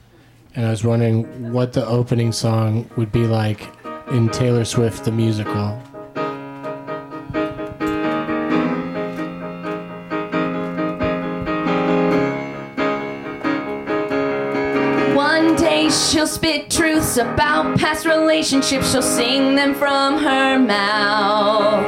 S6: and I was wondering what the opening song would be like in Taylor Swift the musical.
S5: One day she'll spit truths about past relationships, she'll sing them from her mouth.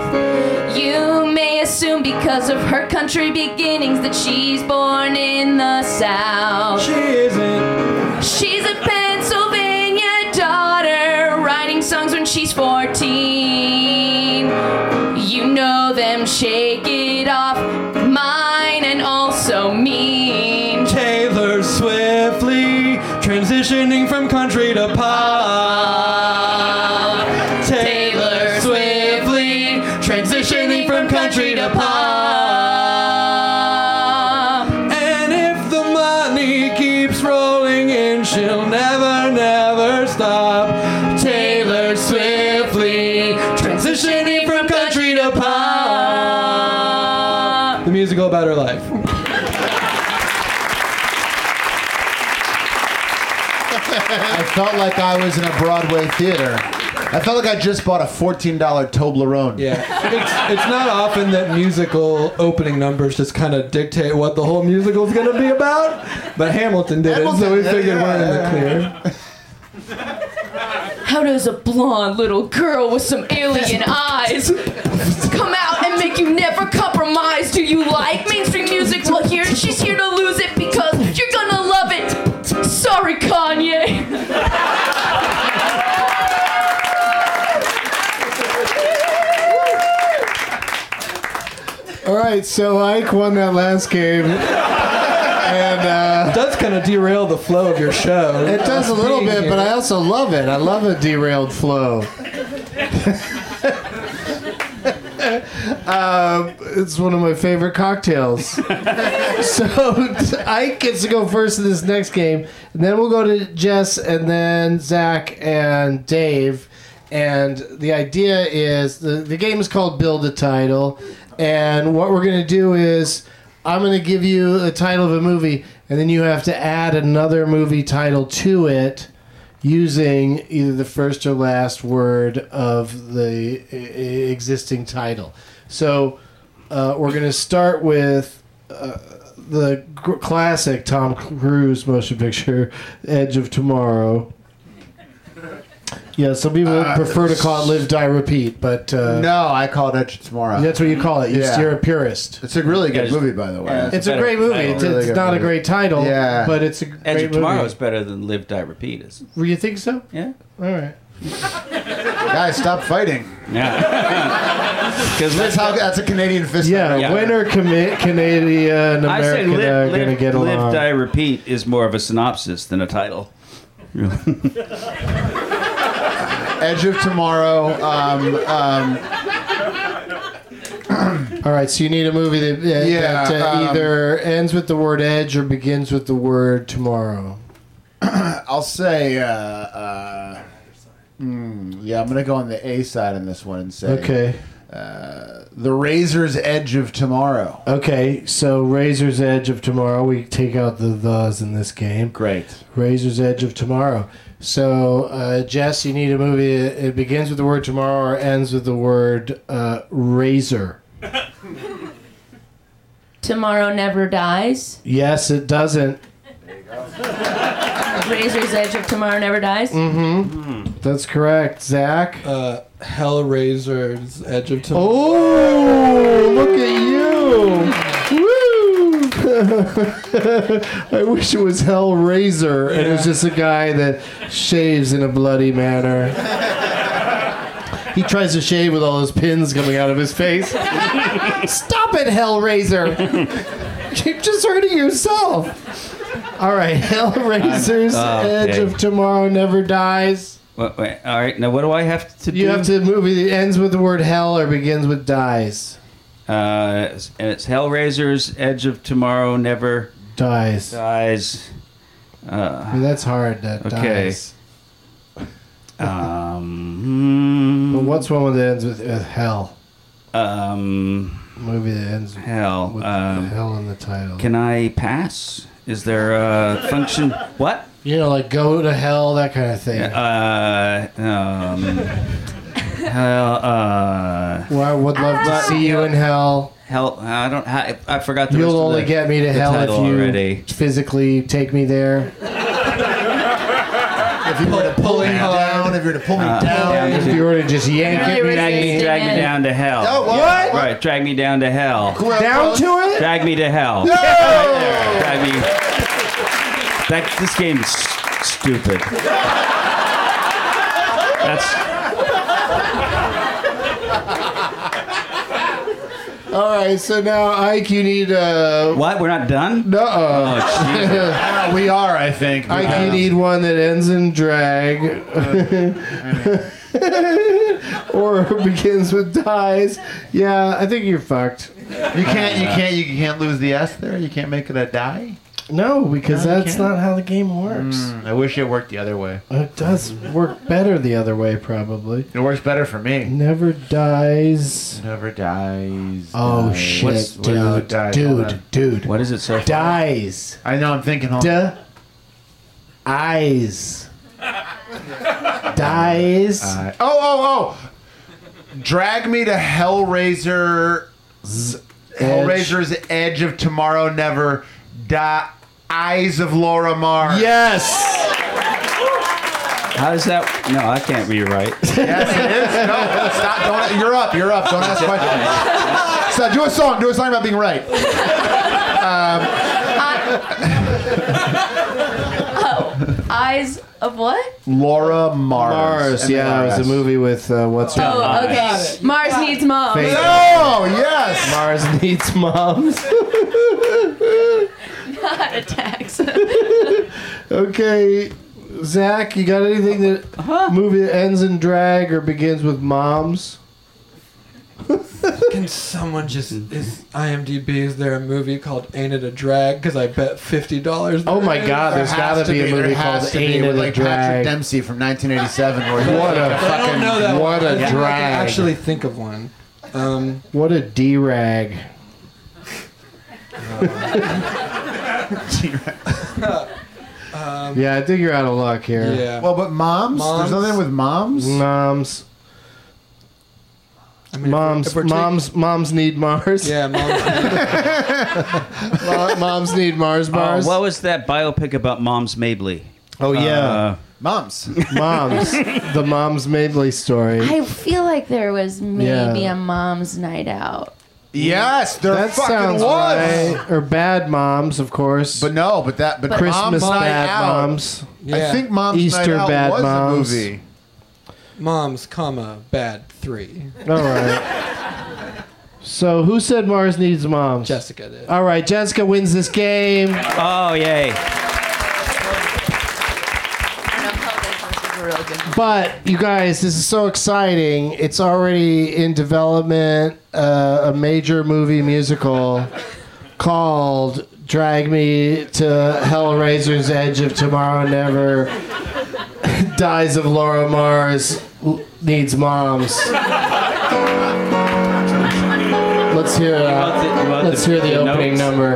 S5: You may assume because of her country beginnings that she's born in the South.
S1: She isn't.
S5: She's a Pennsylvania daughter, writing songs when she's 14. You know them, shake it off, mine and also mean.
S1: Taylor swiftly transitioning from country to pop.
S5: Taylor swiftly transitioning from country to pop.
S1: And if the money keeps rolling in, she'll never, never stop. Taylor swiftly transitioning from country to pop. The musical about her life.
S3: I felt like I was in a Broadway theater. I felt like I just bought a $14 Toblerone.
S1: Yeah, it's, it's not often that musical opening numbers just kind of dictate what the whole musical's gonna be about, but Hamilton did it, so we
S3: Hamilton,
S1: figured
S3: yeah.
S1: we're in the clear.
S5: How does a blonde little girl with some alien eyes come out and make you never compromise? Do you like mainstream music? Well, here she's here to lose it because you're gonna love it. Sorry, Kanye.
S6: All right, so Ike won that last game, and. Uh,
S1: That's gonna derail the flow of your show.
S6: It does a little bit, but I also love it. I love a derailed flow. um, it's one of my favorite cocktails. so Ike gets to go first in this next game, and then we'll go to Jess, and then Zach and Dave. And the idea is the, the game is called Build a Title, and what we're gonna do is I'm gonna give you the title of a movie, and then you have to add another movie title to it using either the first or last word of the e- e- existing title. So uh, we're gonna start with uh, the gr- classic Tom Cruise motion picture, Edge of Tomorrow. Yeah, some people prefer to call it Live, Die, Repeat, but uh,
S3: Uh, No, I call it Edge of Tomorrow.
S6: that's what you call it. You're,
S3: Yeah.
S6: you're a purist.
S3: It's a really good
S4: Edge-
S3: movie, by the way.
S4: Yeah.
S6: It's
S4: It's
S6: a
S4: better
S6: great movie.
S4: title.
S6: It's,
S3: Really
S6: it's
S3: good
S6: not a
S3: movie.
S6: great title,
S3: Yeah.
S6: but it's a great
S4: Edge of Tomorrow
S6: movie.
S4: is better than Live, Die, Repeat, is it?
S6: You think so?
S4: Yeah.
S6: All right.
S3: Guys, stop fighting.
S4: Yeah. Because
S3: That's how. That's a Canadian fist.
S6: Yeah,
S4: Yeah.
S6: when are Cana- Canada and
S4: I say Live,
S6: America going to
S4: live,
S6: uh, get along?
S4: live, Die, Repeat is more of a synopsis than a title.
S3: Edge of Tomorrow. Um, um,
S6: All right, so you need a movie that, that,
S3: Yeah,
S6: that, uh,
S3: um,
S6: either ends with the word edge or begins with the word tomorrow.
S3: I'll say. Uh, uh, mm, yeah, I'm gonna go on the A side on this one and say.
S6: Okay.
S3: The Razor's Edge of Tomorrow.
S6: Uh, Okay, so Razor's Edge of Tomorrow. We take out the thes in this game.
S3: Great.
S6: Razor's Edge of Tomorrow. So, uh, Jess, you need a movie. It it begins with the word tomorrow or ends with the word uh, razor.
S5: Tomorrow Never Dies.
S6: Yes, it doesn't.
S5: Razor's Edge of Tomorrow Never Dies.
S6: Mm-hmm. That's correct, Zach.
S1: Uh, Hellraiser's Edge of Tomorrow.
S6: Oh, look at you! Woo! I wish it was Hellraiser, and it was just a guy that shaves in a bloody manner. he tries to shave with all his pins coming out of his face. Stop it, Hellraiser! You're just hurting yourself. All right, Hellraiser's
S4: I'm- oh,
S6: Edge
S4: Dave.
S6: of Tomorrow Never Dies.
S4: What, wait, all right, now what do I have to do?
S6: You have to movie that ends with the word hell or begins with dies.
S4: Uh, and it's Hellraiser's Edge of Tomorrow Never
S6: Dies.
S4: Dies. Uh,
S6: I mean, that's hard. That
S4: okay.
S6: dies. Um, but what's one that ends with, with hell?
S4: Um,
S6: Movie that ends
S4: hell. With um,
S6: hell in the title.
S4: Can I pass? Is there a function? What?
S6: You know, like go to hell, that kind of thing.
S4: Uh, um, hell, uh,
S6: Well, I would love to
S3: Ah!
S6: see you in hell.
S4: hell. I don't. I, I forgot the.
S6: You'll
S4: rest of
S6: only
S4: the-
S6: get me to
S4: the
S6: hell if you
S4: title already.
S6: physically take me there.
S3: If you were to pull me down, if you were to pull me
S4: Uh,
S3: down,
S4: yeah.
S6: If you were to just yank
S4: Drag
S6: at
S4: me,
S6: me,
S4: drag me down to hell.
S6: Oh, what?
S4: Right, drag me down to hell.
S6: down to it.
S4: Drag me to hell.
S6: No!
S4: Right there, Drag me. That, this game is s- stupid. That's
S6: All right, so now Ike, you need uh,
S4: what? We're not done.
S6: No.
S4: Oh, Jesus.
S3: we are, I think.
S6: Ike, you need one that ends in drag, or begins with dies. Yeah, I think you're fucked.
S3: You can't, you can't, you can't lose the S there. You can't make that die.
S6: No, because
S3: No, you
S6: that's
S3: can't.
S6: not how the game works.
S3: I wish it worked the other way.
S6: It does work better the other way, probably.
S3: It works better for me.
S6: Never dies.
S3: Never dies.
S6: Oh
S3: dies.
S6: shit,
S3: What's- what
S6: dude,
S3: is it? Dies. Hold
S6: dude,
S3: on.
S6: dude.
S4: What is it so? far?
S6: Dies.
S3: I know. I'm thinking. Hold on.
S6: Duh. Eyes. dies.
S3: Uh, oh, oh, oh! Drag me to Hellraiser. Hellraiser's Edge of Tomorrow Never Die. Eyes of Laura Mars.
S6: Yes.
S4: How does that? No, I can't rewrite.
S3: Yes, it is. No, stop. Don't, you're up. You're up. Don't ask questions. Stop. Do a song. Do a song about being right.
S5: Eyes of what?
S3: Laura Mars.
S6: Mars.
S3: And
S6: Yeah,
S3: then
S6: it was a
S3: Mars.
S6: movie with uh, what's her
S5: Oh,
S6: name?
S5: okay. Mars needs mom.
S6: Face.
S3: Oh, yes.
S6: Mars needs moms.
S5: Not attacks.
S6: okay, Zach, you got anything that movie that ends in drag or begins with moms?
S1: Can someone just is IMDb? Is there a movie called "Ain't It a Drag"? Because I bet fifty dollars.
S6: Oh my God, there's
S3: There
S6: got
S3: has
S6: to be a
S3: there
S6: movie
S3: has
S6: called
S3: to be,
S6: Ain't It
S3: with,
S6: a
S3: like Patrick
S6: Drag.
S3: Dempsey from 1987. Where he-
S6: What a
S1: I don't
S6: fucking
S1: know that.
S6: what
S1: one. I
S6: a
S1: think I can
S6: drag!
S1: actually think of one. Um,
S6: what a d rag. yeah, I think you're out of luck here.
S1: yeah.
S3: Well, Oh, but moms?
S1: Moms.
S3: There's nothing with moms?
S6: Moms,
S1: I mean, if we're-
S6: moms,
S1: if we're taking-
S6: moms, moms need Mars.
S1: yeah, moms.
S6: Mo- moms need Mars
S4: Oh,
S6: bars.
S4: what was that biopic about Moms Mabley?
S6: oh yeah,
S4: Uh,
S3: Moms.
S6: moms. the moms Mabley story.
S5: I feel like there was maybe
S6: Yeah.
S5: a mom's night out.
S3: yes, there
S6: that
S3: fucking
S6: sounds
S3: was.
S6: right. Or bad moms, of course.
S3: But no, but that, but
S6: Christmas
S3: moms night
S6: bad
S3: out.
S6: moms.
S1: Yeah.
S3: I think Mom's
S6: Easter
S3: Night Out
S6: Bad
S3: was
S6: Moms.
S3: a movie.
S1: moms, comma, bad three.
S6: All right. So Oh, who said Mars needs moms?
S1: Jessica did.
S6: All right, Jessica wins this game.
S4: oh yay!
S6: But you guys, this is so exciting. It's already in development, uh, a major movie musical called Drag Me to Hellraiser's Edge of Tomorrow Never Dies of Laura Mars Needs Moms. Let's hear it.
S4: want the- you want
S6: Let's
S4: the-
S6: hear the
S4: the
S6: opening
S4: notes?
S6: number.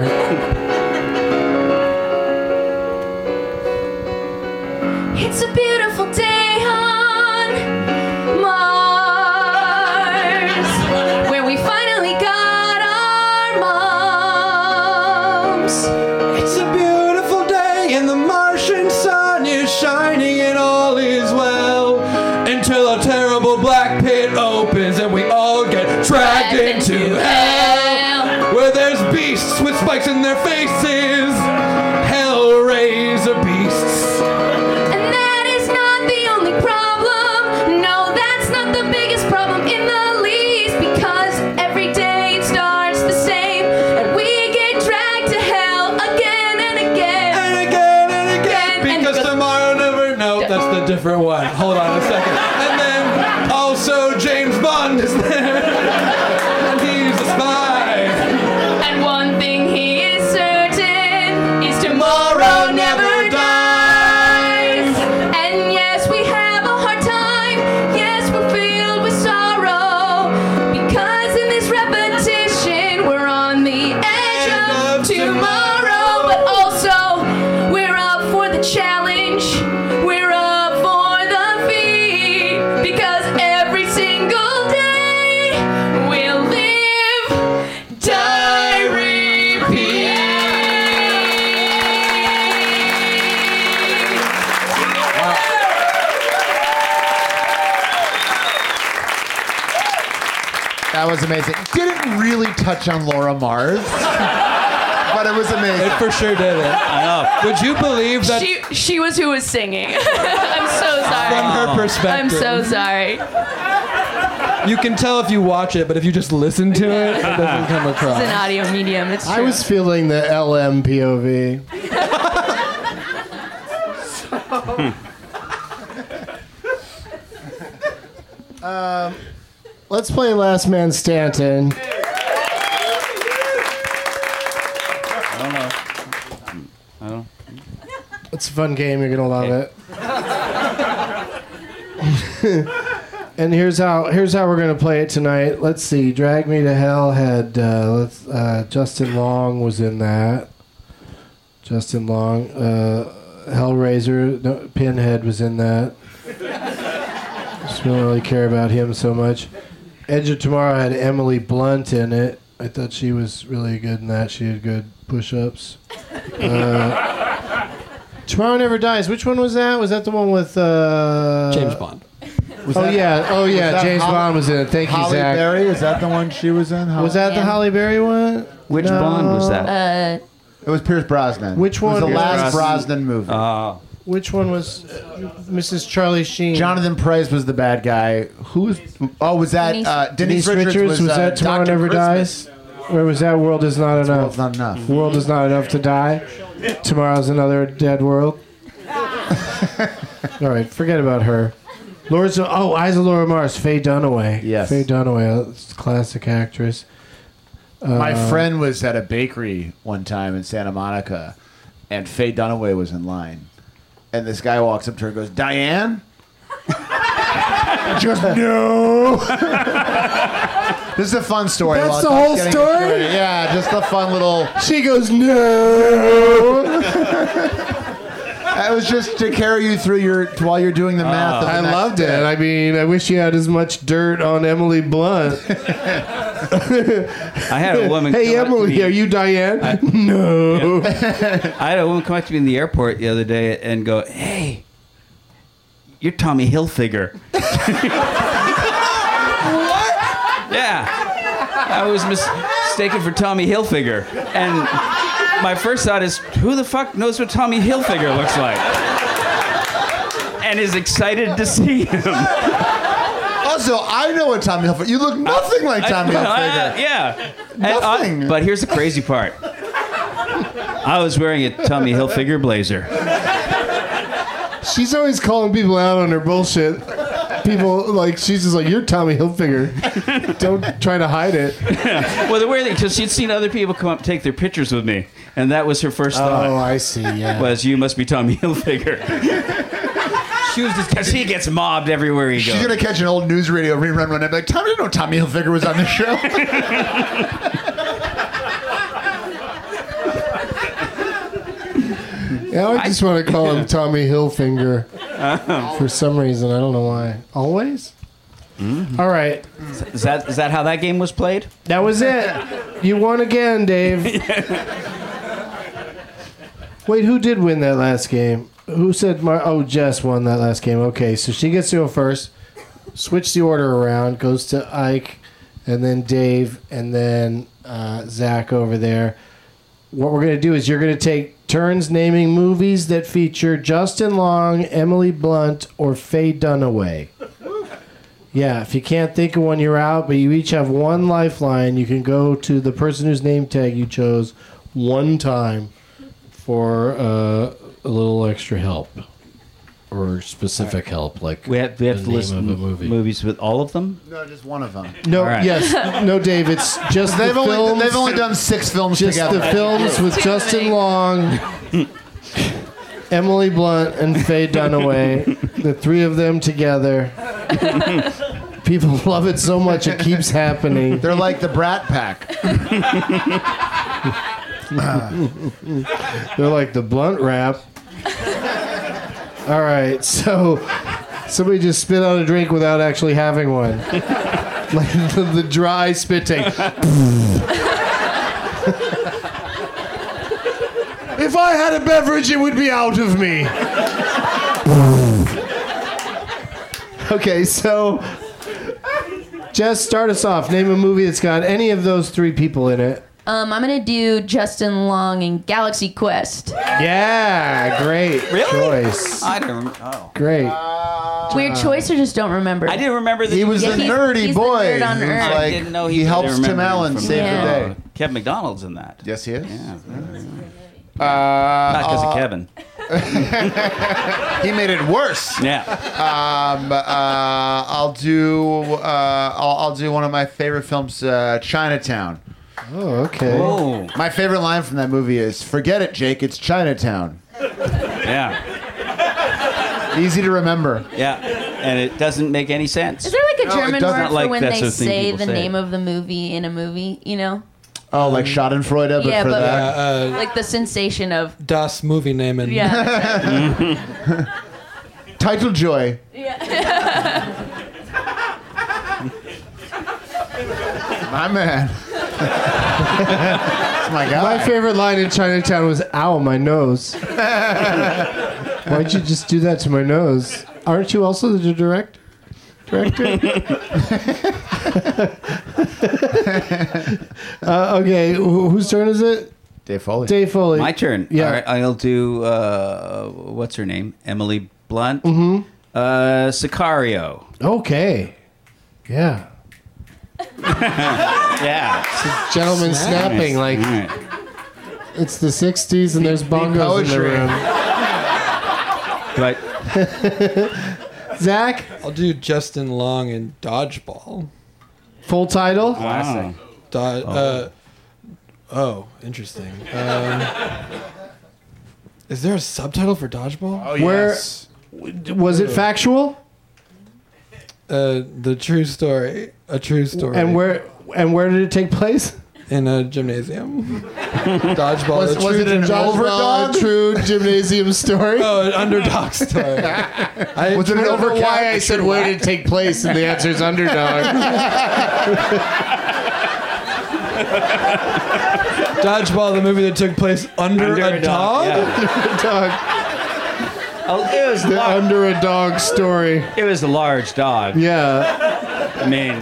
S5: It's a beautiful day on Mars, where we finally got our mom.
S10: the different one. Hold on a second. And then also James Bond is there. and he's a spy.
S5: And one thing he is certain is tomorrow never dies. And yes, we have a hard time. Yes, we're filled with sorrow. Because in this repetition, we're on the edge of tomorrow. But also, we're up for the challenge. We're up for the feat. Because every single day, we'll live. Diary
S3: That was amazing. Didn't really touch on Laura Mars, but it was amazing. It
S10: for sure did it.
S4: I
S10: know. Would you believe that?
S5: She, she was who was singing. I'm so sorry.
S10: From her
S5: I'm
S10: perspective.
S5: so sorry.
S10: You can tell if you watch it, but if you just listen to it, it doesn't come
S5: It's an
S10: across.
S5: audio medium. It's true.
S1: I was feeling the LM POV. Um, let's play Last Man Stanton.
S4: I don't know. I
S1: Oh.
S4: don't.
S1: It's a fun game. You're gonna love it. and here's how here's how we're gonna play it tonight. Let's see. Drag Me to Hell had uh, let's, uh, Justin Long was in that. Justin Long, uh, Hellraiser, no, Pinhead was in that. Just don't really care about him so much. Edge of Tomorrow had Emily Blunt in it. I thought she was really good in that. She had good push-ups. Uh, Tomorrow Never Dies. Which one was that? Was that the one with uh,
S10: James Bond.
S3: Was
S1: oh
S3: that-
S1: yeah, oh
S3: was
S1: yeah.
S3: that
S1: James
S3: Holly-
S1: Bond was in it. Thank
S3: Holly
S1: you, Zach.
S3: Berry, is that the one she was in?
S1: Was that the Holly Berry one?
S3: Which
S1: No.
S3: Bond was that?
S5: Uh,
S3: It was Pierce Brosnan.
S1: Which
S3: It
S1: one
S3: was the
S1: was-
S3: last Brosnan
S1: Uh,
S3: movie.
S4: Uh,
S1: Which one was uh, Mrs. Charlie Sheen?
S3: Jonathan Price was the bad guy. Who was? Oh, was that uh, Denise, Richards?
S1: was,
S3: uh,
S1: that Tomorrow
S3: Dr.
S1: Never
S3: Christmas.
S1: Dies? Or was that World is Not Enough? World's
S3: not enough.
S1: World is not enough to die. Tomorrow's another dead world. All right, forget about her. Laura's oh, Eyes of Laura Mars, Faye Dunaway.
S3: Yes.
S1: Faye Dunaway, that's a classic actress.
S3: My
S1: Uh,
S3: friend was at a bakery one time in Santa Monica, and Faye Dunaway was in line, and this guy walks up to her and goes, "Diane." and she goes, "No." this is a fun story.
S1: That's
S3: while
S1: the
S3: I'm
S1: whole
S3: getting
S1: story?
S3: through it. Yeah, just a fun little.
S1: She goes, no.
S3: That was just to carry you through your while you're doing the math. of the
S1: Ah. I
S3: next
S1: loved
S3: day.
S1: it. I mean, I wish you had as much dirt on Emily Blunt.
S4: I had a woman.
S1: hey,
S4: come up to
S1: Emily,
S4: me-
S1: are you Diane? no.
S4: I had a woman come up to me in the airport the other day and go, "Hey, you're Tommy Hilfiger." what? Yeah, I was mistaken for Tommy Hilfiger, and my first thought is, who the fuck knows what Tommy Hilfiger looks like? And is excited to see him.
S3: Also, I know what Tommy Hilfiger. You look nothing like Tommy
S4: I-
S3: Hilfiger.
S4: I- yeah. And I-
S3: Nothing.
S4: but here's the crazy part. I was wearing a Tommy Hilfiger blazer.
S1: She's always calling people out on her bullshit. People like she's just like you're Tommy Hilfiger. Don't try to hide it.
S4: well, the weird thing, because she'd seen other people come up and take their pictures with me, and that was her first thought.
S1: Oh, I see. Yeah.
S4: Was you must be Tommy Hilfiger
S10: She was just
S4: because he gets mobbed everywhere he
S3: She's
S4: goes.
S3: gonna catch an old news radio rerun one night. and be Like Tommy, didn't know Tommy Hilfiger was on the show.
S1: Yeah, I just want to call him Tommy Hilfinger for some reason. I don't know why. Always. Mm-hmm. All right,
S4: Is that is that how that game was played?
S1: that was it. You won again, Dave. Wait, who did win that last game? Who said? Mar- oh, Jess won that last game. Okay, so she gets to go first. Switch the order around. Goes to Ike, and then Dave, and then uh, Zach over there. What we're gonna do is you're gonna take turns naming movies that feature Justin Long, Emily Blunt, or Faye Dunaway. Yeah, if you can't think of one, you're out. But you each have one lifeline. You can go to the person whose name tag you chose one time for uh, a little extra help. All
S11: or specific help? Like
S4: We have, we have
S11: the
S4: to
S11: name
S4: list
S11: of a
S4: m-
S11: movie.
S4: movies with all of them.
S3: No, just one of them.
S1: No,
S4: All right.
S1: yes, no, Dave. It's just
S3: They've
S1: the
S3: only-
S1: films-
S3: they've only done six films
S1: Just
S3: together.
S1: the films with
S3: Too
S1: Justin Long, Emily Blunt, and Faye Dunaway. the three of them together. People love it so much it keeps happening.
S3: They're like the Brat Pack.
S1: They're like the blunt wrap. All right, so somebody just spit out a drink without actually having one. Like the, the dry spit take. if I had a beverage, it would be out of me. okay, so Jess, start us off. Name a movie that's got any of those three people in it.
S5: Um, I'm gonna do Justin Long in Galaxy Quest.
S1: Yeah, great choice.
S4: I don't. Oh.
S1: Great.
S5: Weird choice, or just don't remember? I
S4: didn't remember that
S3: He was the
S5: he's-
S3: nerdy
S5: he's the
S3: boy.
S5: nerd on
S3: He was
S5: Earth.
S3: like- he
S4: could
S3: helps Tim
S4: remember
S3: Allen
S4: from-
S3: save the
S5: Yeah.
S3: day.
S4: Kevin McDonald's in that.
S3: Yes, Uh, he is. Yeah.
S4: Not because of Kevin.
S3: He made it worse.
S4: Yeah.
S3: Um, uh, I'll do. Uh, I'll, I'll do one of my favorite films, uh, Chinatown.
S1: Oh, okay.
S3: My favorite line from that movie is "Forget it, Jake. It's Chinatown."
S4: Yeah.
S3: Easy to remember.
S4: Yeah. And it doesn't make any sense.
S5: Is there like a
S4: No, it
S5: German
S4: doesn't.
S5: word
S4: Like,
S5: for when
S4: that's
S5: they
S4: a thing
S5: say
S4: people
S5: the
S4: say.
S5: name of the movie in a movie? You know,
S3: Oh, like Schadenfreude, but
S5: yeah,
S3: for
S5: but
S3: that.
S10: Uh,
S5: like the sensation of
S10: Das movie name and
S5: yeah. that's it.
S3: Title Joy. My man. That's my
S1: My
S3: guy.
S1: favorite line in Chinatown was, ow, my nose. Why'd you just do that to my nose? Aren't you also the direct, director? uh, okay, wh- whose turn is it?
S3: Dave Foley.
S1: Dave Foley.
S4: My turn.
S1: Yeah.
S4: All right. I'll do. Uh, what's her name? Emily Blunt. Mm-hmm. Uh, Sicario.
S1: Okay. Yeah.
S4: Yeah.
S1: Gentlemen snapping, like,
S4: Alright.
S1: it's the 60s and there's bongos in the
S3: poetry.
S1: room.
S4: But
S1: Zach,
S10: I'll do Justin Long in Dodgeball.
S1: full title?
S4: wow.
S10: Do- Uh, oh, interesting. Um, is there a subtitle for Dodgeball?
S1: Where was it factual?
S10: Uh, the true story. A true story.
S1: And where and where did it take place?
S10: in a gymnasium. Dodgeball.
S3: Was-
S10: a
S3: was
S10: true
S3: it an
S10: dodgeball-
S3: overdog?
S1: A true gymnasium story.
S10: Oh, an underdog story. I,
S3: Was it an
S1: I don't know
S3: overcast?
S1: why I said where did it take place, and the answer is underdog.
S10: Dodgeball, the movie that took place under,
S4: Under
S10: a
S4: a
S10: dog.
S4: dog,
S1: Dog.
S4: Oh, it was
S1: The
S4: lar-
S1: under a dog story.
S4: it was a large dog.
S1: Yeah.
S4: I mean,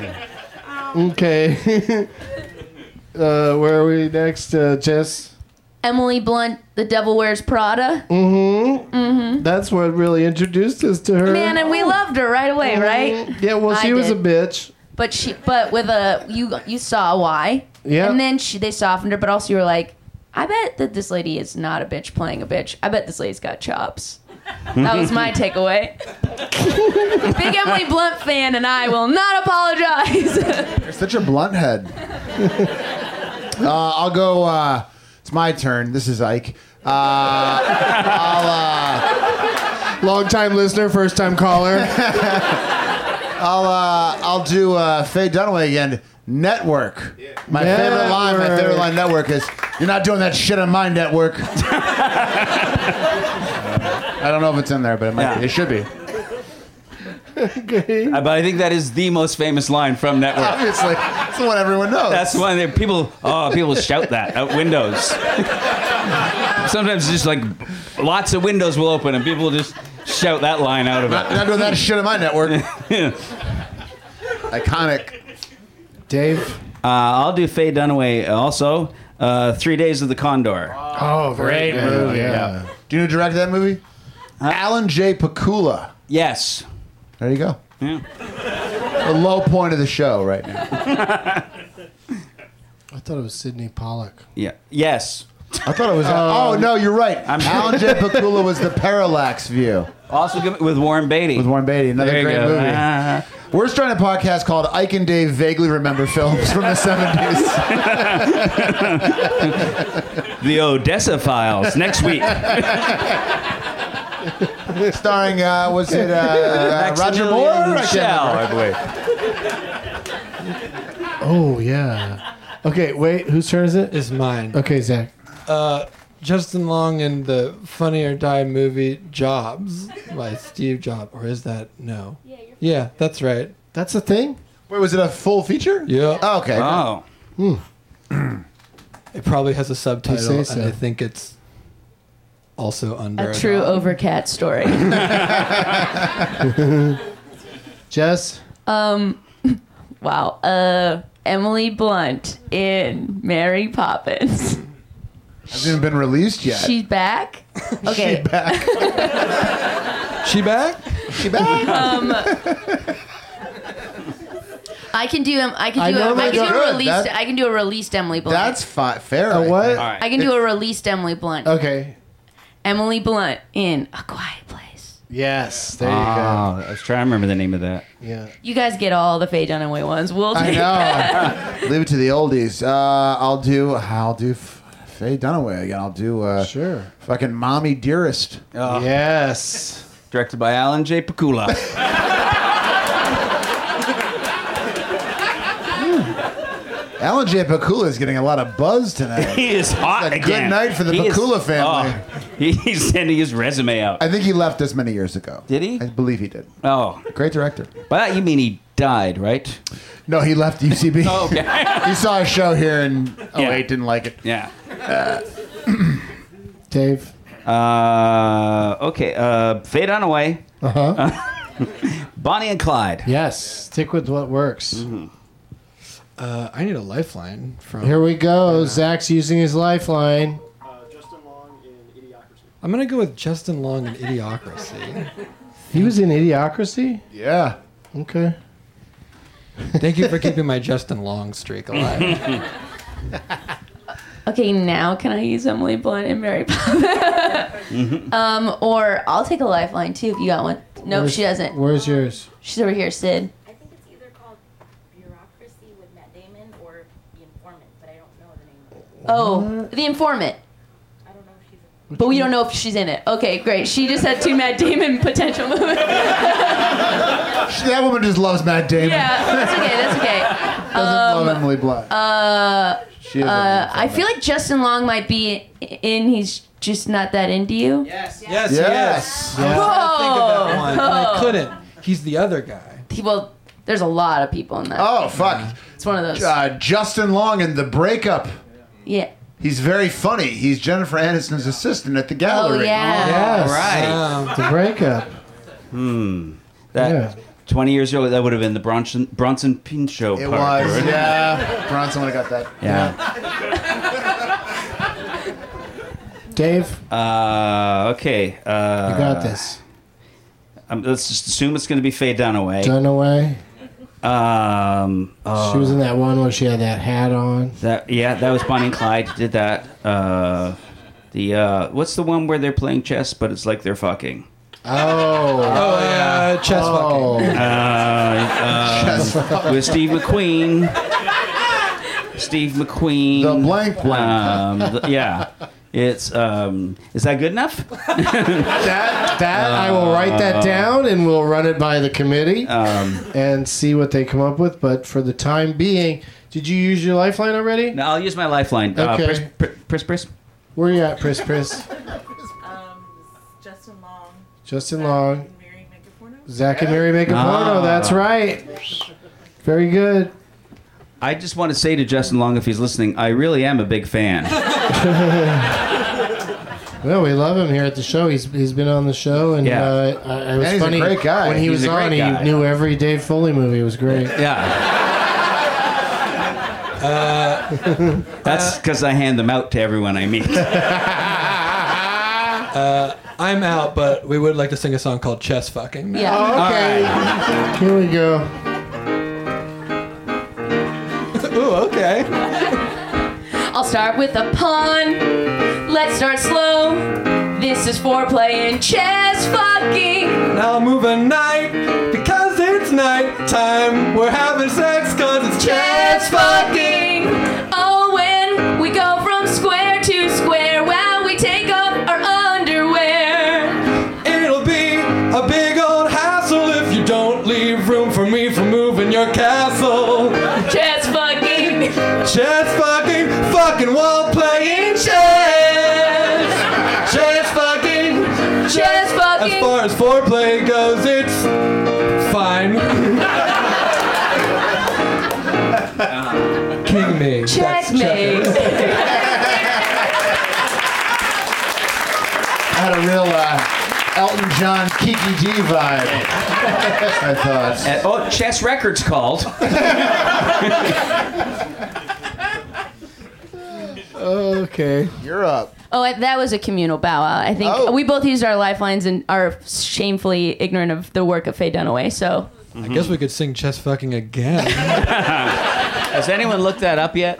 S1: Okay. uh, where are we next, uh, Jess?
S5: Emily Blunt, The Devil Wears Prada.
S1: That's what really introduced us to her.
S5: Man, and we loved her right away,
S6: Mm.
S5: right?
S1: Yeah. Well,
S5: I
S1: she was a
S5: did.
S1: bitch.
S5: But she, but with a you, you saw why.
S1: Yeah.
S5: And then she, they softened her, but also you were like, I bet that this lady is not a bitch playing a bitch. I bet this lady's got chops. That was my takeaway. Big Emily Blunt fan, and I will not apologize.
S3: You're such a blunt head. uh, I'll go. Uh, it's my turn. This is Ike. Uh,
S1: Long time listener, first time caller.
S3: I'll uh, I'll do uh, Faye Dunaway again. Network. My favorite line. My favorite
S1: Network.
S3: line. Network is you're not doing that shit on my network. I don't know if it's in there, but it might
S4: Yeah.
S3: be. It should be.
S4: I- Uh, but I think that is the most famous line from Network.
S3: Obviously, it's the one everyone knows.
S4: That's why there people. Oh, people shout that out windows. Sometimes just like lots of windows will open and people will just shout that line out of
S3: not,
S4: it.
S3: not doing that shit on my network. Iconic.
S1: Dave.
S4: Uh, I'll do Faye Dunaway also. Uh, Three Days of the Condor.
S1: Oh, great movie.
S3: Yeah. Do you know who directed that movie? Alan J. Pakula.
S4: Yes.
S3: There you go.
S4: Yeah.
S3: The low point of the show right now.
S1: I thought it was Sidney Pollock.
S4: Yeah. Yes.
S3: I thought it was. oh no, you're right.
S4: uh, I'm-
S3: Alan J. Pakula was the parallax view.
S4: Also good- with Warren Beatty. With
S3: Warren Beatty, another
S4: There you
S3: great
S4: go.
S3: movie.
S4: Ah.
S3: We're just trying a podcast called Ike and Dave Vaguely Remember Films from the 70s.
S4: Uh, The Odessa Files next week.
S3: Starring, uh, was it uh, uh, Roger
S4: Maximilian
S3: Moore? I can't
S4: Schell,
S3: remember.
S4: I believe.
S6: Oh yeah. Okay, wait. Whose turn is it?
S1: It's mine.
S6: Okay, Zach.
S1: Uh, Justin Long in the Funny or Die movie Jobs by Steve Jobs, or is that no? Yeah, yeah, that's right.
S6: That's a thing.
S3: Wait, was it a full feature?
S1: Yeah.
S3: Oh, okay.
S4: Oh.
S1: It probably has a subtitle,
S6: say
S1: and
S6: so.
S1: I think it's also under
S5: A true
S1: dog.
S5: overcat story.
S6: Jess.
S5: um, wow. Uh, Emily Blunt in Mary Poppins.
S3: Hasn't even been released yet.
S5: She's back. Okay.
S1: She back?
S3: She back?
S5: Um, I can do. um, I
S3: I
S5: can do. a-
S3: normally
S5: I
S3: don't-
S5: can do a
S3: Good,
S5: released.
S3: that-
S5: I can do a released Emily Blunt.
S3: That's fi- fair. A
S6: what?
S5: I can do a released Emily Blunt.
S6: Okay.
S5: Emily Blunt in A Quiet Place.
S6: Yes. There you go.
S4: Ah, I was trying to remember the name of that.
S6: Yeah.
S5: You guys get all the Faye Dunaway ones. We'll
S3: I
S5: take
S3: know. Leave it to the oldies. Uh, I'll do. I'll do. F- Faye Dunaway again. I'll do. Uh, sure. Fucking mommy dearest.
S6: Yes.
S4: Directed by Alan J. Pakula.
S3: Alan J. Pakula is getting a lot of buzz tonight.
S4: he is hot
S3: It's a
S4: again.
S3: Good night for the
S4: He is-
S3: Pakula family.
S4: oh, he- he's sending his resume out.
S3: I think he left us many years ago.
S4: Did he?
S3: I believe he did.
S4: Oh.
S3: Great director.
S4: By that you mean he died, right?
S3: No, he left UCB.
S4: Oh, okay.
S3: he saw a show here in 08,
S4: Yeah.
S3: didn't like it.
S4: Yeah.
S6: Dave.
S4: Uh, okay. Uh, Faye Dunaway.
S6: Uh-huh.
S4: Bonnie and Clyde.
S6: Yes. Stick with what works.
S1: Uh, I need a lifeline from.
S6: Here we go. Zach's using his lifeline.
S1: I'm gonna go with Justin Long in Idiocracy.
S6: He was in Idiocracy.
S3: Yeah.
S6: Okay.
S1: Thank you for keeping my Justin Long streak alive.
S5: Okay, now can I use Emily Blunt and Mary Poppins? um, or I'll take a lifeline too if you got one. No,
S6: Where's-
S5: she doesn't.
S6: Where's yours?
S5: She's over here, Sid. Oh, the informant. But we don't know if she's in it. Okay, great. She just had two Matt Damon potential movies.
S3: That woman just loves Matt Damon.
S5: yeah, that's okay. That's okay.
S3: Doesn't love Emily Blunt.
S5: Uh,
S3: She is
S5: uh,
S3: a-
S5: I feel like Justin Long might be in. He's just not that into you.
S1: yes, yes,
S3: yes.
S1: I was gonna think of that one, and I
S5: Whoa.
S1: couldn't. He's the other guy.
S5: He- well, there's a lot of people in that.
S3: Oh, fuck.
S5: It's one of those.
S3: Uh, Justin Long in The Breakup.
S5: Yeah.
S3: He's very funny. He's Jennifer Aniston's assistant at the gallery.
S5: Oh, yeah.
S6: Yes.
S4: Right.
S6: The breakup.
S4: Hmm. That.
S6: Yeah.
S4: 20 years earlier, that would have been the Bronson, Bronson Pinchot
S3: It
S4: part.
S3: was, yeah. Bronson would have got that.
S4: Yeah.
S6: Dave,
S4: Uh, okay. Uh,
S6: you got this.
S4: Um, let's just assume it's going to be Faye Dunaway.
S6: Dunaway.
S4: Um, oh,
S6: She was in that one where she had that hat on.
S4: that. Yeah, that was Bonnie and Clyde did that. Uh, the uh, what's the one where they're playing chess, but it's like they're fucking.
S6: Oh.
S1: Oh yeah, chess
S6: Oh.
S4: Uh, uh, with Steve McQueen. Steve McQueen.
S3: The blank blank.
S4: Um, the- yeah, it's um, is that good enough?
S6: That that I will write that down and we'll run it by the committee
S4: Uh. Um,
S6: and see what they come up with. But for the time being, did you use your lifeline already?
S4: no, I'll use my lifeline. Uh,
S6: Okay.
S4: Pris, Pris, Pris, Pris.
S6: Where you at, Pris Pris?
S8: Justin Long.
S6: Justin Long,
S8: Mary Megaforno.
S6: Zach and Mary make a
S4: Ah.
S6: porno. That's right. Very good.
S4: I just want to say to Justin Long, if he's listening, I really am a big fan.
S6: Well, we love him here at the show. He's he's been on the show, and
S4: Yeah.
S6: uh, I, I was
S3: And he's a
S6: funny
S3: great guy.
S6: when he
S3: He's
S6: was
S4: a great
S6: on. He
S4: guy.
S6: knew every Dave Foley movie. It was great.
S4: Yeah.
S6: Uh,
S4: That's because I hand them out to everyone I meet.
S1: I'm out, but we would like to sing a song called Chess Fucking. now.
S5: Yeah.
S6: Okay, here we go.
S1: Ooh, okay.
S5: I'll start with a pawn. Let's start slow. This is for playing chess fucking.
S1: Now move a night because it's night time. We're having sex because it's chance
S5: Chess fucking. Oh, when we go from square to square while we take off our underwear.
S1: It'll be a big old hassle if you don't leave room for me for moving your castle.
S5: Chess fucking.
S1: Chess fucking, fucking while playing chess. Chess fucking,
S5: Chess fucking.
S1: As far as foreplay goes, it's fine. King me.
S5: Checkmate.
S3: had a real uh, Elton John Kiki G vibe. I thought.
S4: Uh, oh, Chess Records called.
S3: Okay. You're up.
S5: Oh, I- that was a communal bow out. I think
S10: Oh.
S5: we both used our lifelines and are shamefully ignorant of the work of Faye Dunaway. So
S1: I guess we could sing chess fucking again.
S4: Has anyone looked that up yet?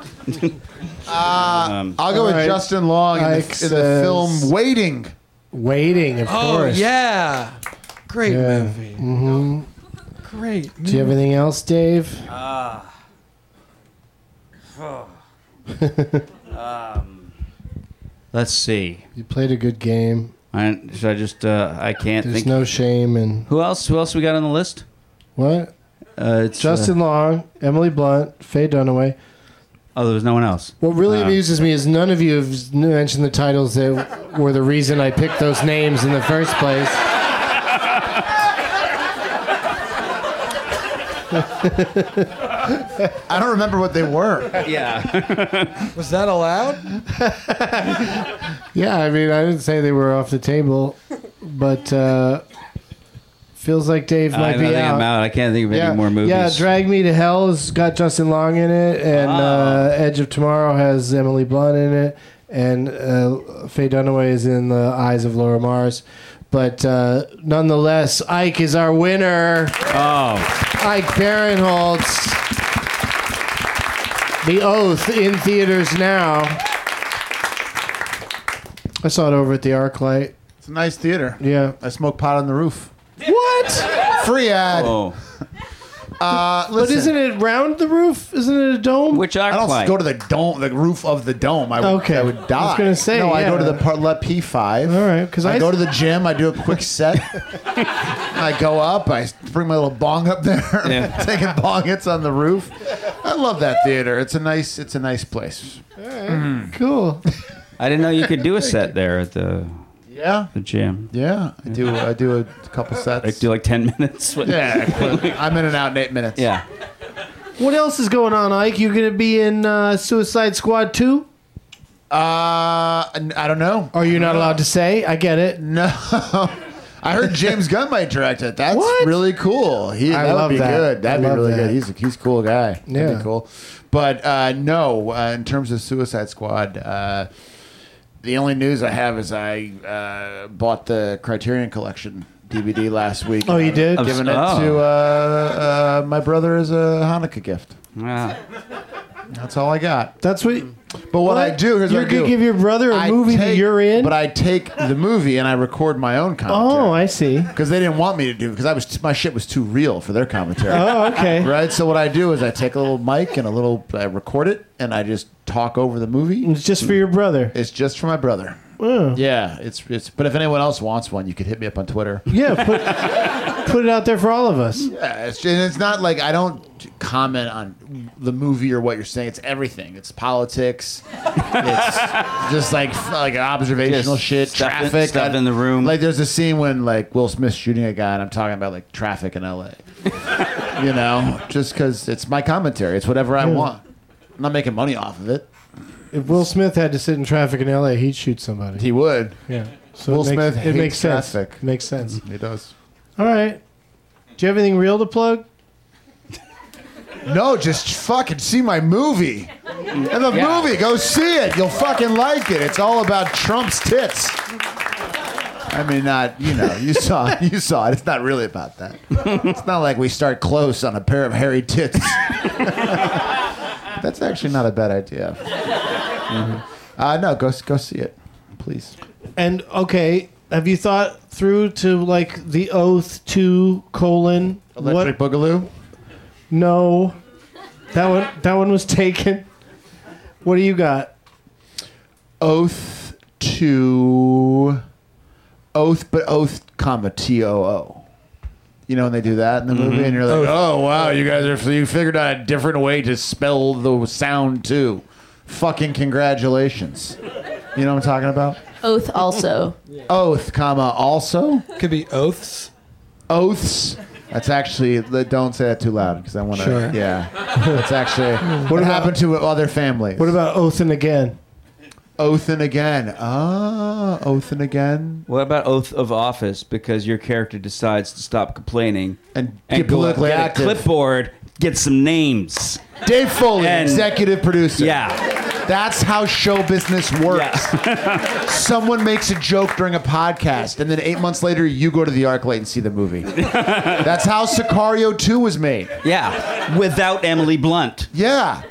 S4: um,
S3: I'll go with
S6: Alright.
S3: Justin Long in the,
S6: Ike
S3: in the
S6: says-
S3: film Waiting.
S6: Waiting, of
S1: oh
S6: course.
S1: yeah, great
S6: Yeah.
S1: movie.
S6: hmm
S1: Great.
S6: Do you have anything else, Dave?
S4: Let's see.
S6: You played a good game.
S4: I, should I just? Uh, I can't
S6: There's
S4: think.
S6: no shame in
S4: who else? Who else we got on the list?
S6: what?
S4: Uh, it's uh,
S6: Justin Long, Emily Blunt, Faye Dunaway.
S4: oh, there was no one else.
S6: What really
S4: Uh,
S6: amuses me is none of you have mentioned the titles that were the reason I picked those names in the first place.
S3: I don't remember what they were.
S4: Yeah.
S1: Was that allowed?
S6: Yeah, I mean, I didn't say they were off the table, but uh, feels like Dave
S4: I
S6: might
S4: don't
S6: be
S4: think I'm
S6: out.
S4: out. I can't think of
S6: yeah,
S4: any more movies.
S6: yeah. Drag Me to Hell's got Justin Long in it, and
S1: Ah.
S6: uh, Edge of Tomorrow has Emily Blunt in it, and uh, Faye Dunaway is in The Eyes of Laura Mars. But uh, nonetheless, Ike is our winner.
S4: oh,
S6: Ike Barinholtz. The Oath in theaters now. I saw it over at the ArcLight.
S3: It's a nice theater.
S6: Yeah.
S3: I smoke pot on the roof.
S6: What?
S3: Free ad.
S4: oh.
S3: Uh,
S6: But
S3: listen,
S6: isn't it round the roof? Isn't it a dome?
S4: Which arc
S3: I don't
S4: light?
S3: go to the dome, the roof of the dome. I would,
S6: Okay.
S3: I
S6: I
S3: would
S6: was
S3: die.
S6: gonna say,
S3: no. I
S6: yeah.
S3: go to the Partlet P5.
S6: All right, 'cause
S3: I,
S6: I-
S3: go to the gym. I do a quick set. I go up. I bring my little bong up there.
S4: Yeah.
S3: taking bong hits on the roof. I love that theater. It's a nice. It's a nice place.
S6: cool.
S4: I didn't know you could do a set there at the,
S3: Yeah.
S4: the gym.
S3: Yeah. I do. I do a couple sets.
S4: Like do like ten minutes. with-
S3: yeah. I'm in and out in eight minutes.
S4: Yeah.
S6: What else is going on, Ike? You gonna be in uh, Suicide Squad 2?
S3: Uh, n- I don't know.
S6: Are you not allowed to say? I get it.
S3: No. I heard James Gunn might direct it. That's
S6: What?
S3: really cool. He,
S6: I
S3: that would
S6: love
S3: be
S6: that.
S3: good. That'd be
S6: I love
S3: really
S6: that.
S3: good. He's a he's a cool guy. That'd
S6: Yeah.
S3: be cool. But uh, no, uh, in terms of Suicide Squad, uh, the only news I have is I uh, bought the Criterion Collection DVD last week.
S6: Oh, you did?
S3: I'm giving it
S4: Oh.
S3: to uh, uh, my brother as a Hanukkah gift.
S4: Yeah.
S3: That's all I got.
S6: That's what.
S3: But what, I do, here's
S6: You're
S3: what I do.
S6: gonna give your brother a
S3: I
S6: movie that
S3: take-
S6: you're in?
S3: But I take the movie and I record my own commentary.
S6: oh, I see.
S3: because they didn't want me to do because I was my shit was too real for their commentary.
S1: Uh-huh.
S6: Oh, okay.
S3: Right, so what I do is I take a little mic and a little, I record it, and I just talk over the movie.
S1: Mm.
S6: It's just for your brother.
S3: It's just for my brother. Yeah, it's it's. But if anyone else wants one, you could hit me up on Twitter.
S6: Yeah, put, put it out there for all of us.
S3: Yeah, it's, and it's not like I don't comment on the movie or what you're saying. It's everything. It's politics. it's just like like observational
S4: Just
S3: shit,
S4: stuff in-
S3: traffic,
S4: stuff in the room.
S3: Like there's a scene when like Will Smith's shooting a guy, and I'm talking about like traffic in L.A. you know, just because it's my commentary. It's whatever I want. I'm not making money off of it.
S6: If Will Smith had to sit in traffic in L.A., he'd shoot somebody.
S3: He would.
S6: yeah. So
S3: Will
S6: it makes,
S3: Smith
S6: It
S3: hates
S6: makes sense.
S3: traffic.
S6: Makes sense.
S3: He does.
S6: All right. Do you have anything real to plug?
S3: No, just fucking see my movie. And the
S4: Yeah.
S3: movie, go see it. You'll fucking like it. It's all about Trump's tits. I mean, not you know, you saw you saw it. It's not really about that. It's not like we start close on a pair of hairy tits. Mm-hmm. That's actually not a bad idea. Mhm. Uh, no, go go see it, please.
S12: And okay, have you thought through to like the oath to colon
S3: Electric Boogaloo?
S12: No, that one that one was taken. What do you got?
S3: Oath to oath, but oath, comma T O O. You know when they do that in the movie, and you're
S2: Oath.
S3: like, oh wow, you guys are you figured out a different way to spell the sound too. Fucking congratulations. You know what I'm talking about?
S5: Oath also.
S3: Oath, comma also could be oaths. Oaths. That's actually the- don't say that too loud because I want to.
S12: Sure.
S3: Yeah. That's actually what
S12: What
S3: happened to other families.
S12: What about oath and again?
S3: Oath and again. Ah, oath and again.
S4: What about oath of office? Because your character decides to stop complaining and,
S3: get politically
S4: get
S3: active.
S4: a clipboard, get some names.
S3: Dave Foley, executive producer.
S4: Yeah.
S3: That's how show business works. Someone makes a joke during a podcast, and then eight months later, you go to the ArcLight and see the movie. That's how Sicario 2 was made.
S4: Yeah, without Emily Blunt.
S3: Yeah.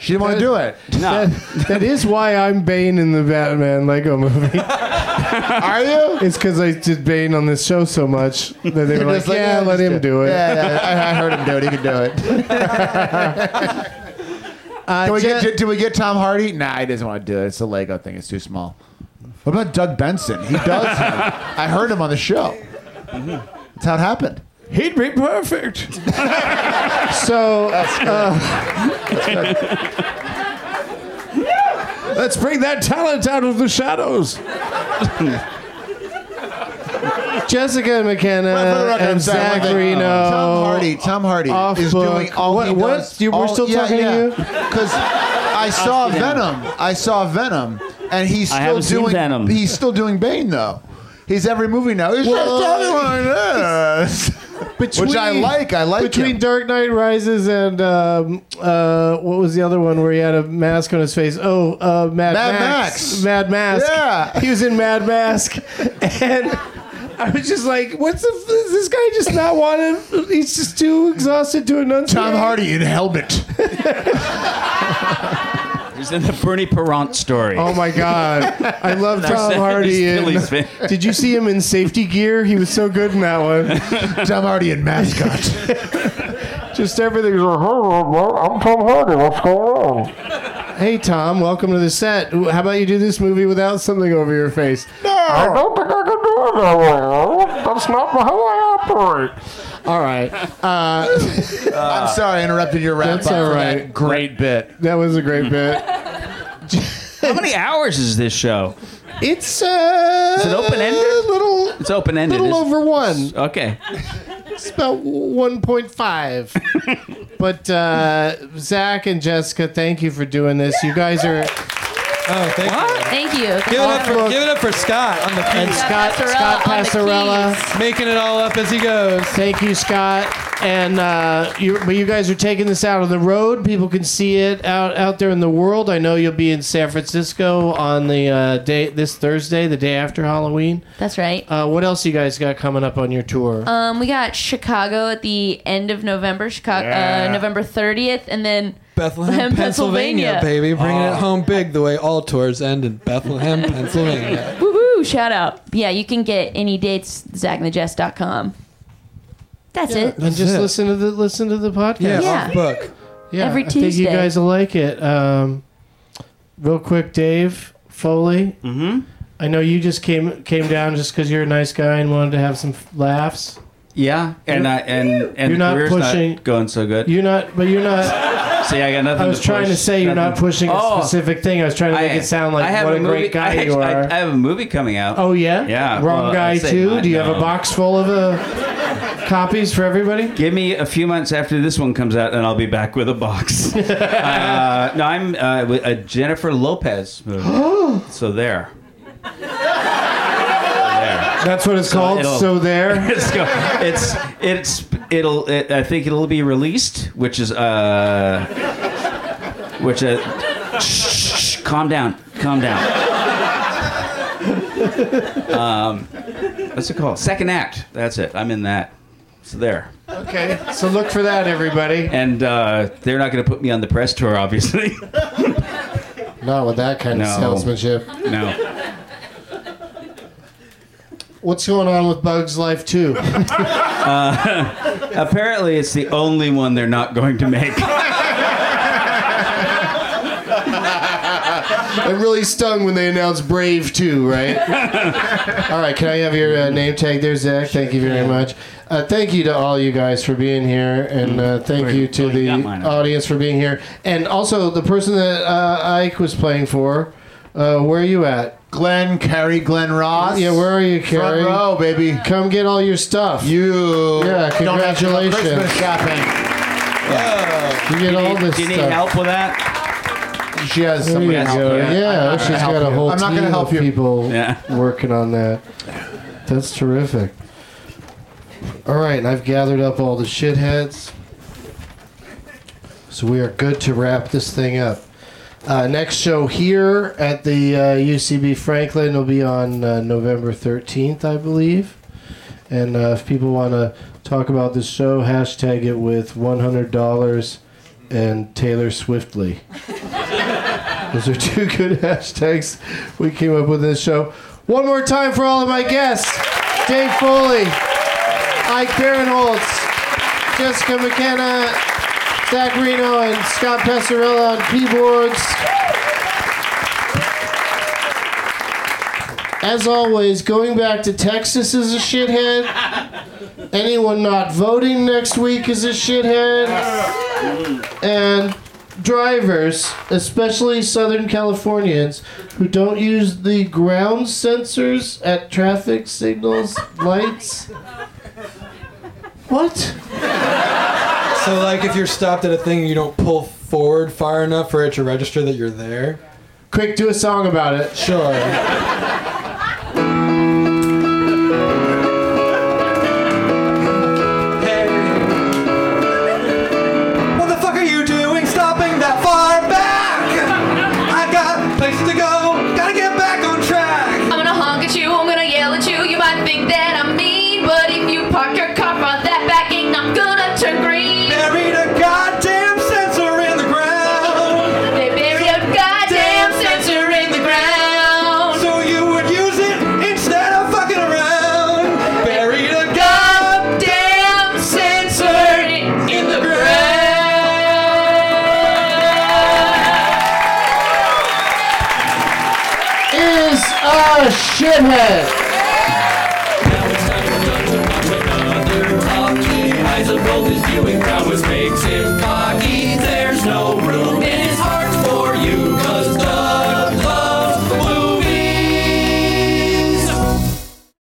S3: She didn't want to do it.
S4: No.
S1: that is why I'm Bane in the Batman Lego movie.
S3: Are you?
S1: It's because I did Bane on this show so much that they were
S3: They're
S1: like,
S3: just like,
S1: yeah,
S3: yeah,
S1: let him
S3: just do
S1: do
S3: it.
S1: it.
S3: Yeah, yeah, I- I heard him do it. He can do it.
S12: Uh,
S3: Can we
S12: Jen-
S3: get, do we get Tom Hardy? Nah, he doesn't want to do it. It's a Lego thing. It's too small. What about Doug Benson? He does. him. I heard him on the show. That's how it happened.
S12: He'd be perfect.
S1: so
S3: Uh,
S6: Let's bring that talent out of the shadows.
S1: Jessica
S3: For the
S1: McKenna
S3: record, I'm
S1: and
S3: sorry, one
S1: Zach
S3: thing.
S1: Reno.
S3: Tom Hardy. Tom Hardy
S1: off
S3: is
S1: book.
S3: doing all
S1: what,
S3: he
S1: what?
S3: does.
S1: You, we're
S3: All-
S1: still
S3: yeah,
S1: talking
S3: yeah.
S1: to you?
S3: Because I saw
S1: Asking him.
S3: Venom. I saw Venom, and he's
S4: I
S3: still
S4: haven't seen
S3: doing
S4: Venom.
S3: He's still doing Bane though. He's every movie now. He's
S1: Well, uh,
S3: just talking like this. Which I
S1: Between-
S3: like. I like
S1: between
S3: him.
S1: Dark Knight Rises and um, uh, what was the other one where he had a mask on his face? Oh, uh, Mad,
S3: Mad
S1: Max.
S3: Max.
S1: Mad Mask.
S3: Yeah.
S1: he was in Mad Mask, and I was just like, "What's the? Is this guy just not wanted? He's just too exhausted to enunciate."
S3: Tom Hardy in helmet.
S4: He's in the Bernie Perrant story.
S1: Oh my God! I love
S4: That's
S1: Tom
S4: it.
S1: Hardy.
S4: He's
S1: in-
S4: Phillies fan.
S1: did you see him in safety gear? He was so good in that one.
S3: Tom Hardy in mascot.
S1: Just everything's like, I'm Tom Hardy. What's going on? Hey Tom, welcome to the set. How about you do this movie without something over your face? No, I don't think I can do it that way. That's not how I operate. All right, uh,
S3: I'm sorry, I interrupted your rap.
S1: that's
S3: up
S1: all
S3: for that
S1: right.
S3: Great bit.
S1: That was a great bit.
S4: How many hours is this show?
S1: It's uh,
S4: Is it open-ended?
S1: Little,
S4: It's open ended.
S1: little over one.
S4: Okay.
S1: It's about 1.5. but uh, Zach and Jessica, thank you for doing this. You guys are.
S10: Oh, thank you.
S5: Thank you.
S10: Give it up for give it up for Scott on the keys.
S1: And Scott, Scott Passarella.
S10: making it all up as he goes.
S1: Thank you, Scott. And uh, you, but you guys are taking this out on the road. People can see it out out there in the world. I know you'll be in San Francisco on the uh, day this Thursday, the day after Halloween.
S5: That's right.
S1: Uh, what else you guys got coming up on your tour?
S5: Um, we got Chicago at the end of November, Chicago,
S1: Yeah.
S5: uh, November 30th, and then
S10: Bethlehem, Pennsylvania, baby, bringing
S3: Oh.
S10: it home big the way all tours end in Bethlehem, Pennsylvania.
S5: Woo woo! Shout out. Yeah, you can get any dates zackandthejess.com. That's it.
S1: And just listen to the listen to the podcast.
S5: Yeah, Yeah. off book. Every
S1: I think you
S5: Tuesday.
S1: guys will like it. Um, real quick, Dave Foley. Mm-hmm. I know you just came came down just because you're a nice guy and wanted to have some f- laughs.
S4: Yeah, and I and and
S1: You're not
S4: career's
S1: pushing-
S4: not going so good.
S1: You're not, but you're not.
S4: See, I got nothing.
S1: I was
S4: to
S1: trying
S4: push,
S1: to say you're not
S4: nothing-
S1: pushing
S4: Oh,
S1: a specific thing. I was trying to make it sound
S4: I
S1: like
S4: have
S1: what a,
S4: movie-
S1: great guy
S4: I
S1: you
S4: actually-
S1: are.
S4: I, I have a movie coming out.
S1: oh yeah,
S4: Yeah.
S1: Wrong
S4: well,
S1: guy
S4: I'd say
S1: too.
S4: not,
S1: Do you have
S4: no.
S1: a box full of uh, copies for everybody?
S4: Give me a few months after this one comes out, and I'll be back with a box. uh, no, I'm uh, with a Jennifer Lopez movie. so there.
S1: That's what it's called.
S4: it'll-
S1: So there.
S4: it's, go- it's it's it'll it, I think it'll be released, which is uh, which uh, shh, shh, calm down, calm down. Um, what's it called? Second act. That's it. I'm in that. So there.
S1: Okay, so look for that, everybody.
S4: And uh, they're not going to put me on the press tour, obviously.
S1: Not with that kind
S4: no.
S1: of salesmanship.
S4: No.
S1: What's going on with Bugs Life 2?
S4: Uh, apparently, it's the only one they're not going to make.
S1: it really stung when they announced Brave 2, right? all right, can I have your uh, name tag there, Zach? Thank you very much. Uh, thank you to all you guys for being here, and uh, thank you to the audience for being here. And also, the person that uh, Ike was playing for, uh, where are you at?
S3: Glenn, Carrie, Glenn Ross.
S1: Yeah, where are you, Carrie?
S3: Front row, baby.
S1: Come get all your stuff.
S3: You.
S1: Yeah,
S3: don't have to go Christmas
S1: congratulations.
S3: shopping.
S1: You get all this
S4: Do you need
S1: stuff.
S4: help with that?
S3: She has
S1: There you
S3: somebody to help
S1: go.
S3: you. I'm
S1: Yeah,
S3: not
S1: she's
S3: gonna help
S1: got a
S3: you.
S1: whole
S3: I'm not
S1: team
S3: gonna help
S1: of
S3: you.
S1: people working on that. That's terrific. All right, and I've gathered up all the shitheads. So we are good to wrap this thing up. Uh, next show here at the uh, UCB Franklin will be on uh, November 13th, I believe. And uh, if people want to talk about this show, hashtag it with $100 and Taylor Swiftly. Those are two good hashtags we came up with in this show. One more time for all of my guests Dave Foley, Ike Barinholtz, Jessica McKenna, Zach Reno, and Scott Passarella on keyboards. As always, going back to Texas is a shithead. Anyone not voting next week is a shithead. And drivers, especially Southern Californians, who don't use the ground sensors at traffic signals, lights. What?
S6: So, like, if you're stopped at a thing and you don't pull forward far enough for it to register that you're there.
S1: Quick, do a song about it.
S6: Sure. What the fuck are you doing stopping that far back? I got places to go, gotta get back on track.
S5: I'm gonna honk at you, I'm gonna yell at you. You might think that I'm mean, but if you park your car front that back ain't, I'm gonna turn green.
S13: Buried a goddamn sensor in the ground.
S5: They buried a goddamn sensor in the ground.
S13: So you would use it instead of fucking around. Buried a goddamn sensor in the ground.
S1: Is a shithead.
S14: Now it's time for Dungeon Watch another hockey. Eyes of gold is viewing round.